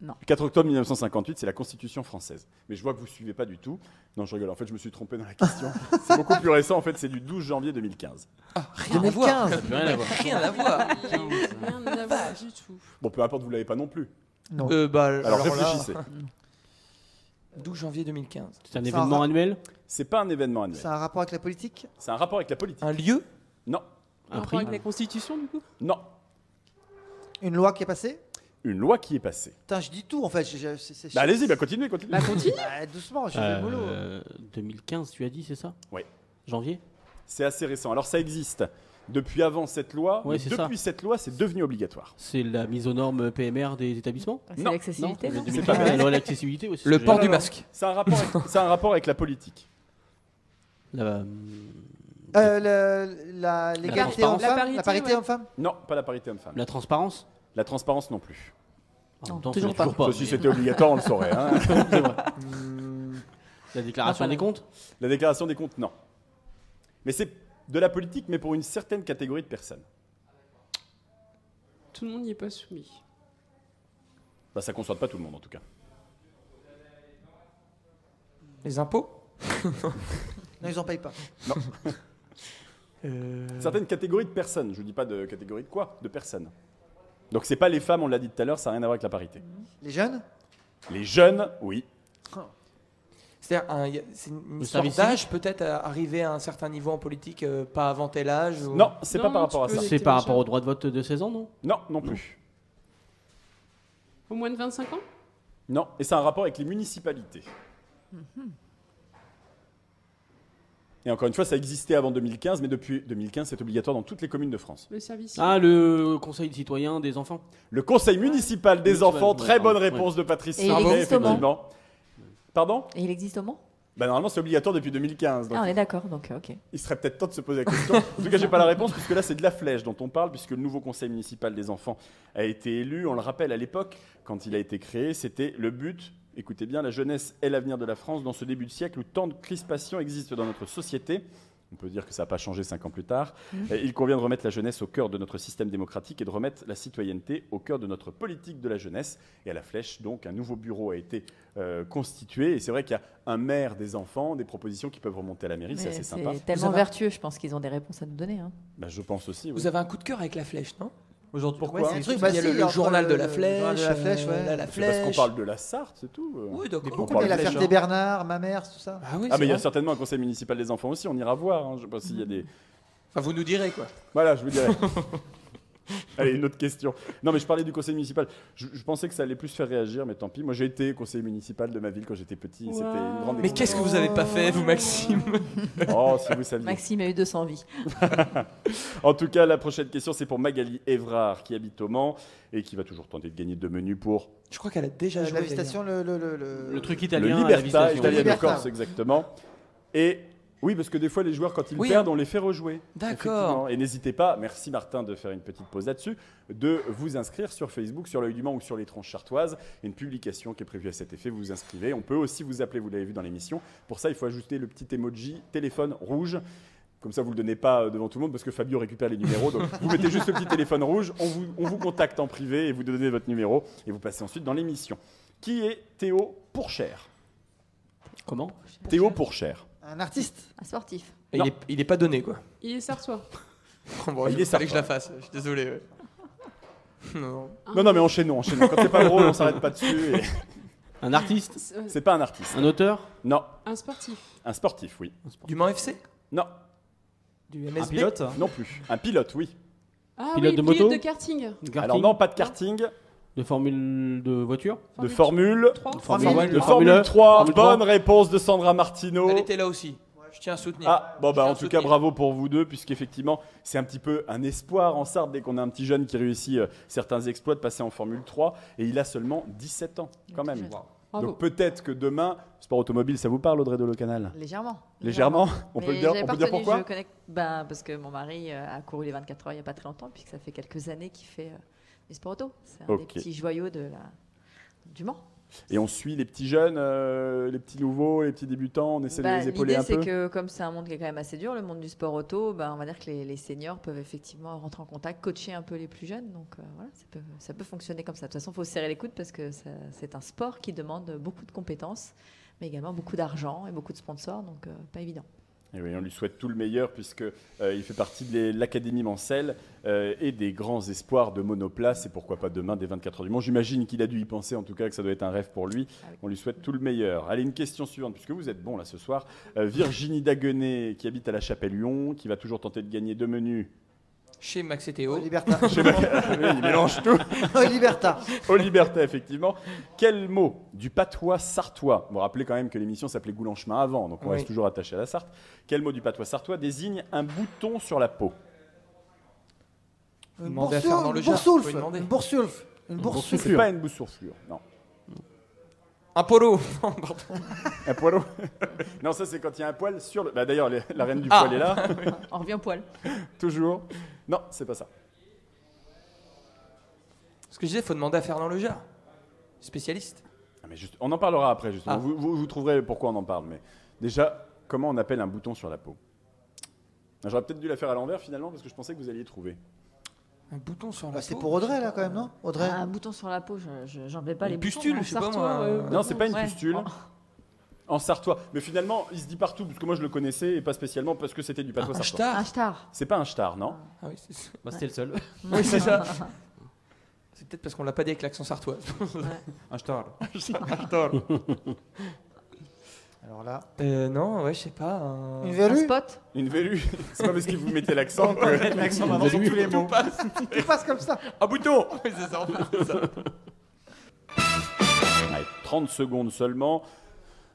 Speaker 8: Non.
Speaker 2: Le 4 octobre 1958, c'est la Constitution française. Mais je vois que vous suivez pas du tout. Non, je rigole. En fait, je me suis trompé dans la question. c'est beaucoup plus récent. En fait, c'est du 12 janvier 2015.
Speaker 6: Rien à voir.
Speaker 5: 2015.
Speaker 4: Rien à voir.
Speaker 6: Rien à voir.
Speaker 3: Rien à voir du tout.
Speaker 2: Bon, peu importe, vous l'avez pas non plus.
Speaker 5: Non.
Speaker 6: Euh, bah,
Speaker 2: Alors,
Speaker 6: là,
Speaker 2: réfléchissez.
Speaker 6: 12 janvier 2015.
Speaker 4: C'est un
Speaker 5: Ça
Speaker 4: événement
Speaker 5: ra-
Speaker 4: annuel
Speaker 2: C'est pas un événement annuel.
Speaker 5: Ça a un rapport avec la politique
Speaker 2: C'est un rapport avec la politique.
Speaker 6: Un lieu
Speaker 2: Non,
Speaker 4: Un
Speaker 3: rapport
Speaker 4: prix
Speaker 3: avec la Constitution, du coup
Speaker 2: non.
Speaker 5: Une loi qui est passée
Speaker 2: Une loi qui est passée.
Speaker 5: Putain, je dis tout en fait. je- je- c'est- c'est-
Speaker 2: Bah, allez-y, bah, continuez, continuez.
Speaker 3: Bah, continue
Speaker 5: Bah, doucement, je suis
Speaker 4: Euh,
Speaker 5: des boulot.
Speaker 4: 2015, tu as dit, c'est ça
Speaker 2: hein. Ouais.
Speaker 4: Janvier
Speaker 2: C'est assez récent. Alors ça existe depuis avant cette loi.
Speaker 4: Ouais,
Speaker 2: mais
Speaker 4: c'est
Speaker 2: depuis cette loi, c'est devenu obligatoire.
Speaker 4: C'est la mise aux normes PMR des établissements
Speaker 8: C'est
Speaker 2: Non.
Speaker 4: Non,
Speaker 8: l'accessibilité.
Speaker 4: la
Speaker 8: non
Speaker 4: 2015,
Speaker 2: pas
Speaker 4: la
Speaker 2: mal.
Speaker 4: loi à l'accessibilité aussi.
Speaker 6: Le
Speaker 4: c'est
Speaker 6: port
Speaker 4: génial.
Speaker 6: du masque.
Speaker 2: C'est un rapport. Avec, c'est un rapport avec la politique.
Speaker 4: La-
Speaker 5: Euh, le-
Speaker 4: La
Speaker 5: la- L'égalité
Speaker 4: transparence.
Speaker 5: homme-femme
Speaker 3: La parité,
Speaker 5: La parité
Speaker 3: ouais.
Speaker 5: homme-femme
Speaker 2: Non, pas la parité homme-femme.
Speaker 4: La transparence
Speaker 2: La transparence non plus.
Speaker 4: Non, toujours pas.
Speaker 2: Sauf si c'était obligatoire, on le saurait. hein.
Speaker 4: C'est vrai. La déclaration des comptes
Speaker 2: La déclaration des comptes, non. Mais c'est de la politique, mais pour une certaine catégorie de personnes.
Speaker 3: Tout le monde n'y est pas soumis.
Speaker 2: Bah, ça ne concerne pas tout le monde, en tout cas.
Speaker 6: Les impôts
Speaker 5: Non, ils en payent pas.
Speaker 2: Non. Certaines catégories de personnes, je ne dis pas de catégorie de quoi, de personnes. Donc c'est pas les femmes, on l'a dit tout à l'heure, ça n'a rien à voir avec la parité.
Speaker 5: Les jeunes
Speaker 2: Les jeunes, oui.
Speaker 6: C'est-à-dire, un- y a- c'est une
Speaker 2: Le
Speaker 6: histoire
Speaker 2: service
Speaker 6: d'âge, peut-être, à arriver à un certain niveau en politique, euh, pas avant tel âge ou-
Speaker 2: Non, c'est pas par rapport à ça.
Speaker 4: C'est par rapport au droit de vote de 16 ans, non
Speaker 2: Non, non plus.
Speaker 3: Au moins de 25 ans
Speaker 2: Non, et c'est un rapport avec les municipalités. Et encore une fois, ça existait avant 2015, mais depuis 2015, c'est obligatoire dans toutes les communes de France.
Speaker 3: Le service.
Speaker 4: Ah, le conseil citoyen des enfants
Speaker 2: Le conseil municipal des
Speaker 4: Municipal,
Speaker 2: enfants,
Speaker 4: ouais,
Speaker 2: très bonne
Speaker 4: ouais.
Speaker 2: réponse de Patrice
Speaker 8: Et il
Speaker 2: Sarnet,
Speaker 8: existe au Mans
Speaker 2: effectivement. Pardon
Speaker 8: Et Ah, il existe au Mans
Speaker 2: Bah, Normalement, c'est obligatoire depuis 2015. donc
Speaker 8: Ah, on est d'accord, donc euh, ok.
Speaker 2: Il serait peut-être temps de se poser la question. En tout cas, j'ai pas la réponse puisque là, c'est de la flèche dont on parle puisque le nouveau conseil municipal des enfants a été élu. On le rappelle à l'époque, quand il a été créé, c'était le but. Écoutez bien, la jeunesse est l'avenir de la France dans ce début de siècle où tant de crispations existent dans notre société. On peut dire que ça n'a pas changé cinq ans plus tard.
Speaker 12: Mhm.
Speaker 2: Et il convient de remettre la jeunesse au cœur de notre système démocratique et de remettre la citoyenneté au cœur de notre politique de la jeunesse. Et à la flèche, donc, un nouveau bureau a été euh, constitué. Et c'est vrai qu'il y a un maire des enfants, des propositions qui peuvent remonter à la mairie. C'est
Speaker 8: Mais
Speaker 2: assez sympa.
Speaker 8: tellement
Speaker 6: Vous avez-
Speaker 8: vertueux, je pense qu'ils ont des réponses à nous donner. hein.
Speaker 2: Bah, je pense aussi. oui.
Speaker 6: Vous avez un coup de cœur avec la flèche, non Aujourd'hui,
Speaker 5: Pourquoi Ouais, c'est un truc,
Speaker 6: il y
Speaker 5: bah
Speaker 6: a
Speaker 5: si,
Speaker 6: le, le
Speaker 5: entre
Speaker 6: journal
Speaker 5: le-
Speaker 6: de la
Speaker 5: le journal
Speaker 6: flèche,
Speaker 5: de la Flèche, ouais.
Speaker 6: euh, la, la
Speaker 2: C'est parce
Speaker 6: flèche.
Speaker 2: qu'on parle de la Sarthe, c'est tout.
Speaker 6: Oui, d'accord.
Speaker 2: Mais
Speaker 6: Mais
Speaker 2: pourquoi
Speaker 5: Beaucoup de hein. l'affaire des Bernard, ma mère, tout ça.
Speaker 6: Ah oui,
Speaker 2: Ah,
Speaker 6: c'est
Speaker 2: mais il y a
Speaker 6: vrai.
Speaker 2: certainement un conseil municipal des enfants aussi, on ira voir. hein. Je sais pas s'il y a des.
Speaker 6: Enfin, vous nous direz quoi.
Speaker 2: Voilà, je vous dirai. Allez, une autre question. Non, mais je parlais du conseil municipal. Je, je pensais que ça allait plus faire réagir, mais tant pis. Moi, j'ai été conseiller municipal de ma ville quand j'étais petit. et C'était une grande
Speaker 6: Mais qu'est-ce que vous avez pas fait, vous, Maxime
Speaker 2: expérience. Oh, si vous saviez.
Speaker 8: Maxime a eu 200 vies.
Speaker 2: en tout cas, la prochaine question, c'est pour Magali Évrard, qui habite au Mans et qui va toujours tenter de gagner deux menus pour
Speaker 6: Je crois qu'elle a déjà joué.
Speaker 5: Euh, La visitation, le, le, le,
Speaker 4: Le truc italien.
Speaker 2: le
Speaker 4: à la
Speaker 2: Liberta,
Speaker 4: visitation.
Speaker 2: Italien de
Speaker 5: Liberta.
Speaker 2: Corse, exactement. Et oui, parce que des fois, les joueurs, quand ils
Speaker 6: Oui. hein.
Speaker 2: perdent, on les fait rejouer.
Speaker 6: D'accord.
Speaker 2: Effectivement. Et n'hésitez pas, merci Martin de faire une petite pause là-dessus, de vous inscrire sur Facebook, sur l'œil du Mans ou sur les tronches chartoises. Il y a une publication qui est prévue à cet effet, vous vous inscrivez. On peut aussi vous appeler, vous l'avez vu dans l'émission. Pour ça, il faut ajouter le petit emoji téléphone rouge. Comme ça, vous ne le donnez pas euh, devant tout le monde parce que Fabio récupère les numéros. Donc, vous mettez juste le petit téléphone rouge, on vous, on vous contacte en privé et vous donnez votre numéro et vous passez ensuite dans l'émission. Qui est Théo Pourchère
Speaker 4: Comment
Speaker 2: Théo Pourchère.
Speaker 5: Un artiste.
Speaker 8: Un sportif.
Speaker 6: Il est, il est pas donné quoi.
Speaker 5: Ah,
Speaker 3: Il est sartois.
Speaker 6: Bon,
Speaker 2: Il
Speaker 6: il
Speaker 2: est
Speaker 6: est fallait que je
Speaker 2: sympa.
Speaker 6: la fasse. Je suis désolé. ouais. Non.
Speaker 2: Non, non, mais enchaînons, enchaînons. Quand c'est pas drôle, on s'arrête pas dessus. et-
Speaker 4: Un artiste
Speaker 2: C'est pas un artiste.
Speaker 4: Un auteur
Speaker 2: Ah Non,
Speaker 3: Un sportif.
Speaker 2: un sportif, oui.
Speaker 6: Du Mans FC
Speaker 2: Non.
Speaker 6: Du MSB
Speaker 2: Non plus. Un pilote, oui.
Speaker 3: Ah
Speaker 4: Pilote
Speaker 3: oui,
Speaker 4: de
Speaker 3: pilote
Speaker 4: moto
Speaker 3: de karting.
Speaker 4: Karting
Speaker 2: Alors non, pas de karting,
Speaker 4: De formule de voiture
Speaker 2: de formule.
Speaker 3: Trois.
Speaker 4: Formule One,
Speaker 2: De
Speaker 4: Formule
Speaker 2: Formule
Speaker 4: un,
Speaker 2: 3,
Speaker 4: Formule
Speaker 2: bonne
Speaker 4: trois.
Speaker 2: réponse de Sandra Martino.
Speaker 6: Elle était là aussi. Je tiens à soutenir.
Speaker 2: Ah, bon, bah,
Speaker 6: Je tiens
Speaker 2: en tout
Speaker 6: à
Speaker 2: cas,
Speaker 6: soutenir.
Speaker 2: bravo pour vous deux, puisqu'effectivement, c'est un petit peu un espoir en Sarthe dès qu'on a un petit jeune qui réussit euh, certains exploits de passer en Formule 3, et il a seulement 17 ans, quand même.
Speaker 8: Bravo.
Speaker 2: Donc peut-être que demain, sport automobile, ça vous parle, Audrey Dolo-Canal
Speaker 8: Légèrement.
Speaker 2: Légèrement On peut
Speaker 8: Mais
Speaker 2: le dire-
Speaker 8: j'avais
Speaker 2: on
Speaker 8: pas
Speaker 2: peut dire
Speaker 8: retenu,
Speaker 2: pourquoi
Speaker 8: je connecte- ben, Parce que mon mari euh, a couru les 24 heures il n'y a pas très longtemps, puisque ça fait quelques années qu'il fait euh, du sport auto. C'est un
Speaker 2: Ok.
Speaker 8: des petits joyaux de la... du Mans.
Speaker 2: Et on suit les petits jeunes, euh, les petits nouveaux, les petits débutants, on essaie
Speaker 8: Bah,
Speaker 2: de les épauler
Speaker 8: L'idée,
Speaker 2: un
Speaker 8: c'est
Speaker 2: peu.
Speaker 8: que comme c'est un monde qui est quand même assez dur, le monde du sport auto, bah, on va dire que les, les seniors peuvent effectivement rentrer en contact, coacher un peu les plus jeunes. Donc euh, voilà, ça peut, ça peut fonctionner comme ça. De toute façon, il faut se serrer les coudes parce que ça- c'est un sport qui demande beaucoup de compétences, mais également beaucoup d'argent et beaucoup de sponsors, donc euh, pas évident.
Speaker 2: Et Eh oui, on lui souhaite tout le meilleur puisque euh, il fait partie de les- l'Académie Mancel euh, et des grands espoirs de monoplace et pourquoi pas demain des 24 heures du Mans. J'imagine qu'il a dû y penser en tout cas que ça doit être un rêve pour lui. On lui souhaite tout le meilleur. Allez, une question suivante puisque vous êtes bon là ce soir. Euh, Virginie Daguenet qui habite à la Chapelle-Lyon, qui va toujours tenter de gagner deux menus.
Speaker 6: Chez Max et Théo.
Speaker 5: Liberta.
Speaker 2: Chez Mac- Oui, il mélange tout.
Speaker 5: Au Liberta.
Speaker 2: Au Liberta, effectivement. Quel mot du patois sartois Vous vous rappelez quand même que l'émission s'appelait Goul en chemin avant, donc on
Speaker 6: Oui.
Speaker 2: reste toujours attaché à la Sarthe. Quel mot du patois sartois désigne un bouton sur la peau
Speaker 6: Vous
Speaker 5: Une
Speaker 6: demandez à
Speaker 5: boursoufle,
Speaker 6: Fernand
Speaker 5: une
Speaker 6: Lejar,
Speaker 5: boursoufle,
Speaker 6: faut lui demander.
Speaker 5: Une boursoufle. Une boursoufle.
Speaker 2: C'est pas une boursouflure, non.
Speaker 6: Un polo. Non, pardon.
Speaker 2: Un poileau Non, ça c'est quand il y a un poil sur le. Bah, D'ailleurs, les- la reine du
Speaker 6: Ah.
Speaker 2: poil est là,
Speaker 8: On revient au poil.
Speaker 2: toujours. Non, c'est pas ça.
Speaker 6: Ce que je disais, faut demander à Fernand Lejar. spécialiste.
Speaker 2: Ah, mais juste- on en parlera après, justement.
Speaker 6: Ah.
Speaker 2: Vous, vous- vous trouverez pourquoi on en parle. Mais déjà, comment on appelle un bouton sur la peau Ah, J'aurais peut-être dû la faire à l'envers finalement parce que je pensais que vous alliez trouver.
Speaker 6: Un bouton sur la
Speaker 5: Bah, c'est
Speaker 6: peau.
Speaker 5: pour Audrey là quand même, non Audrey
Speaker 8: Ah, un bouton sur la peau, je- je- j'en vais pas
Speaker 6: Une
Speaker 8: les
Speaker 6: pustule,
Speaker 8: boutons,
Speaker 6: je sais pas,
Speaker 8: sartois,
Speaker 6: moi.
Speaker 8: euh,
Speaker 2: Non, c'est pas une
Speaker 8: ouais.
Speaker 2: pustule. En sartois. Mais finalement, il se dit partout, parce que moi je le connaissais et pas spécialement parce que c'était du patois
Speaker 6: Ah, Un
Speaker 2: sartois.
Speaker 6: star.
Speaker 8: Un star.
Speaker 2: C'est pas un star, non
Speaker 6: Ah oui, c'est ça.
Speaker 9: Bah, c'était le seul.
Speaker 6: Oui, c'est ça. C'est peut-être parce qu'on l'a pas dit avec l'accent sartois.
Speaker 9: Un star.
Speaker 5: Alors là,
Speaker 6: Euh, non, ouais, je sais pas. un-
Speaker 5: une
Speaker 8: Un
Speaker 5: verrue
Speaker 8: spot
Speaker 2: Une vélue. c'est pas parce que vous mettez l'accent que.
Speaker 6: L'accent
Speaker 2: Une
Speaker 6: maintenant,
Speaker 2: vélue.
Speaker 6: tous les mots.
Speaker 5: Tu passes comme ça
Speaker 6: Un bouton Oui, c'est ça, en fait, c'est ça.
Speaker 2: Allez, 30 secondes seulement.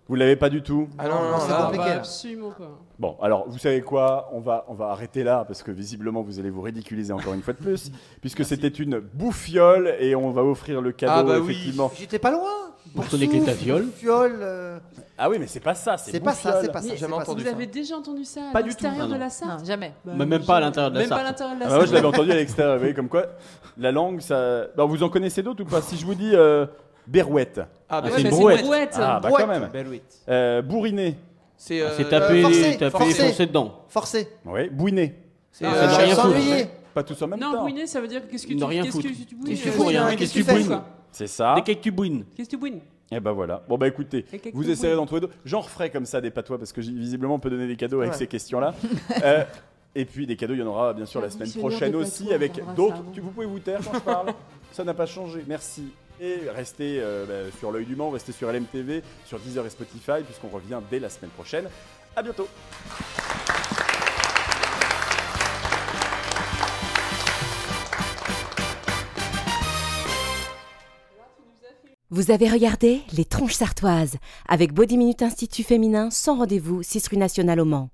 Speaker 2: Vous l'avez pas du tout
Speaker 6: Ah non, non,
Speaker 5: C'est
Speaker 6: non, là,
Speaker 5: compliqué.
Speaker 3: Bah,
Speaker 5: Nickel.
Speaker 3: absolument pas.
Speaker 2: Bon, alors, vous savez quoi on va, on va arrêter là, parce que visiblement, vous allez vous ridiculiser encore une fois de plus, puisque c'était une bouffiole, et on va offrir le cadeau,
Speaker 6: Ah bah oui.
Speaker 2: effectivement.
Speaker 5: J'étais pas loin
Speaker 4: Pour sonner que ta viole.
Speaker 5: Fiole, euh,
Speaker 2: Ah oui, mais c'est pas ça, c'est
Speaker 5: c'est pas ça, c'est
Speaker 2: bouffiole.
Speaker 5: pas ça.
Speaker 6: J'ai
Speaker 5: c'est
Speaker 6: jamais
Speaker 5: pas ça.
Speaker 6: entendu
Speaker 3: Vous
Speaker 6: ça.
Speaker 3: avez déjà entendu ça à
Speaker 9: Pas du tout.
Speaker 3: l'extérieur
Speaker 9: Ah non.
Speaker 3: de la Sarthe
Speaker 8: Non, jamais.
Speaker 3: Bah,
Speaker 9: Mais même pas à l'intérieur de la
Speaker 3: Même pas à
Speaker 9: Sarthe.
Speaker 3: l'intérieur de
Speaker 2: Ah
Speaker 3: la
Speaker 2: bah, moi, je l'avais
Speaker 3: Sarthe.
Speaker 2: entendu à l'extérieur, vous voyez, comme quoi, la langue, ça... Bah, vous en connaissez d'autres ou pas Si je vous dis euh, berouette.
Speaker 6: Ah, bah,
Speaker 9: Ah,
Speaker 6: ouais,
Speaker 9: c'est
Speaker 6: mais
Speaker 9: une
Speaker 6: c'est
Speaker 9: brouette.
Speaker 6: une
Speaker 3: Brouette.
Speaker 2: Ah, bah
Speaker 5: Brouette.
Speaker 2: quand même.
Speaker 9: Belouit.
Speaker 2: Euh, bourriné.
Speaker 6: C'est
Speaker 9: Ah,
Speaker 6: euh,
Speaker 9: C'est taper,
Speaker 5: forcé,
Speaker 9: taper et
Speaker 5: forcé.
Speaker 9: foncer dedans.
Speaker 5: Forcé.
Speaker 2: Oui, bouiné.
Speaker 6: c'est,
Speaker 9: Ah,
Speaker 6: euh,
Speaker 9: ça n'a
Speaker 5: Euh,
Speaker 9: rien foutre.
Speaker 5: S'ennuyer.
Speaker 2: Pas tous en même
Speaker 3: Non,
Speaker 2: temps.
Speaker 3: bouiner, ça veut dire qu'est-ce que
Speaker 9: Ne
Speaker 3: tu
Speaker 9: rien
Speaker 3: qu'est-ce que
Speaker 9: foutre.
Speaker 3: tu bouines
Speaker 9: Qu'est-ce que
Speaker 3: euh,
Speaker 9: tu fous rien,
Speaker 3: oui,
Speaker 9: qu'est-ce
Speaker 5: que tu
Speaker 3: fais,
Speaker 5: fouines
Speaker 3: quoi
Speaker 2: C'est ça.
Speaker 9: Dès que tu bouines.
Speaker 3: Qu'est-ce que tu bouines
Speaker 2: Et bah voilà. Bon bah écoutez,
Speaker 3: Et quelques
Speaker 2: vous essayerez
Speaker 3: bruits.
Speaker 2: d'en trouver d'autres. J'en referai comme ça des patois parce que j- visiblement on peut donner des cadeaux avec
Speaker 5: Ouais.
Speaker 2: ces questions-là. Euh, et puis des cadeaux, il y en aura bien sûr la
Speaker 3: La
Speaker 2: semaine
Speaker 3: missionnaire
Speaker 2: prochaine
Speaker 3: des
Speaker 2: aussi
Speaker 3: patois,
Speaker 2: avec
Speaker 3: on verra
Speaker 2: d'autres.
Speaker 3: ça avant.
Speaker 2: Tu- Vous pouvez vous taire quand je parle. ça n'a pas changé. Merci. Et restez euh, bah, sur l'œil du Mans, restez sur LMTV, sur Deezer et Spotify puisqu'on revient dès la semaine prochaine. À bientôt.
Speaker 1: Vous avez regardé Les Tronches Sartoises avec Body Minute Institut Féminin sans rendez-vous, 6 rue Nationale au Mans.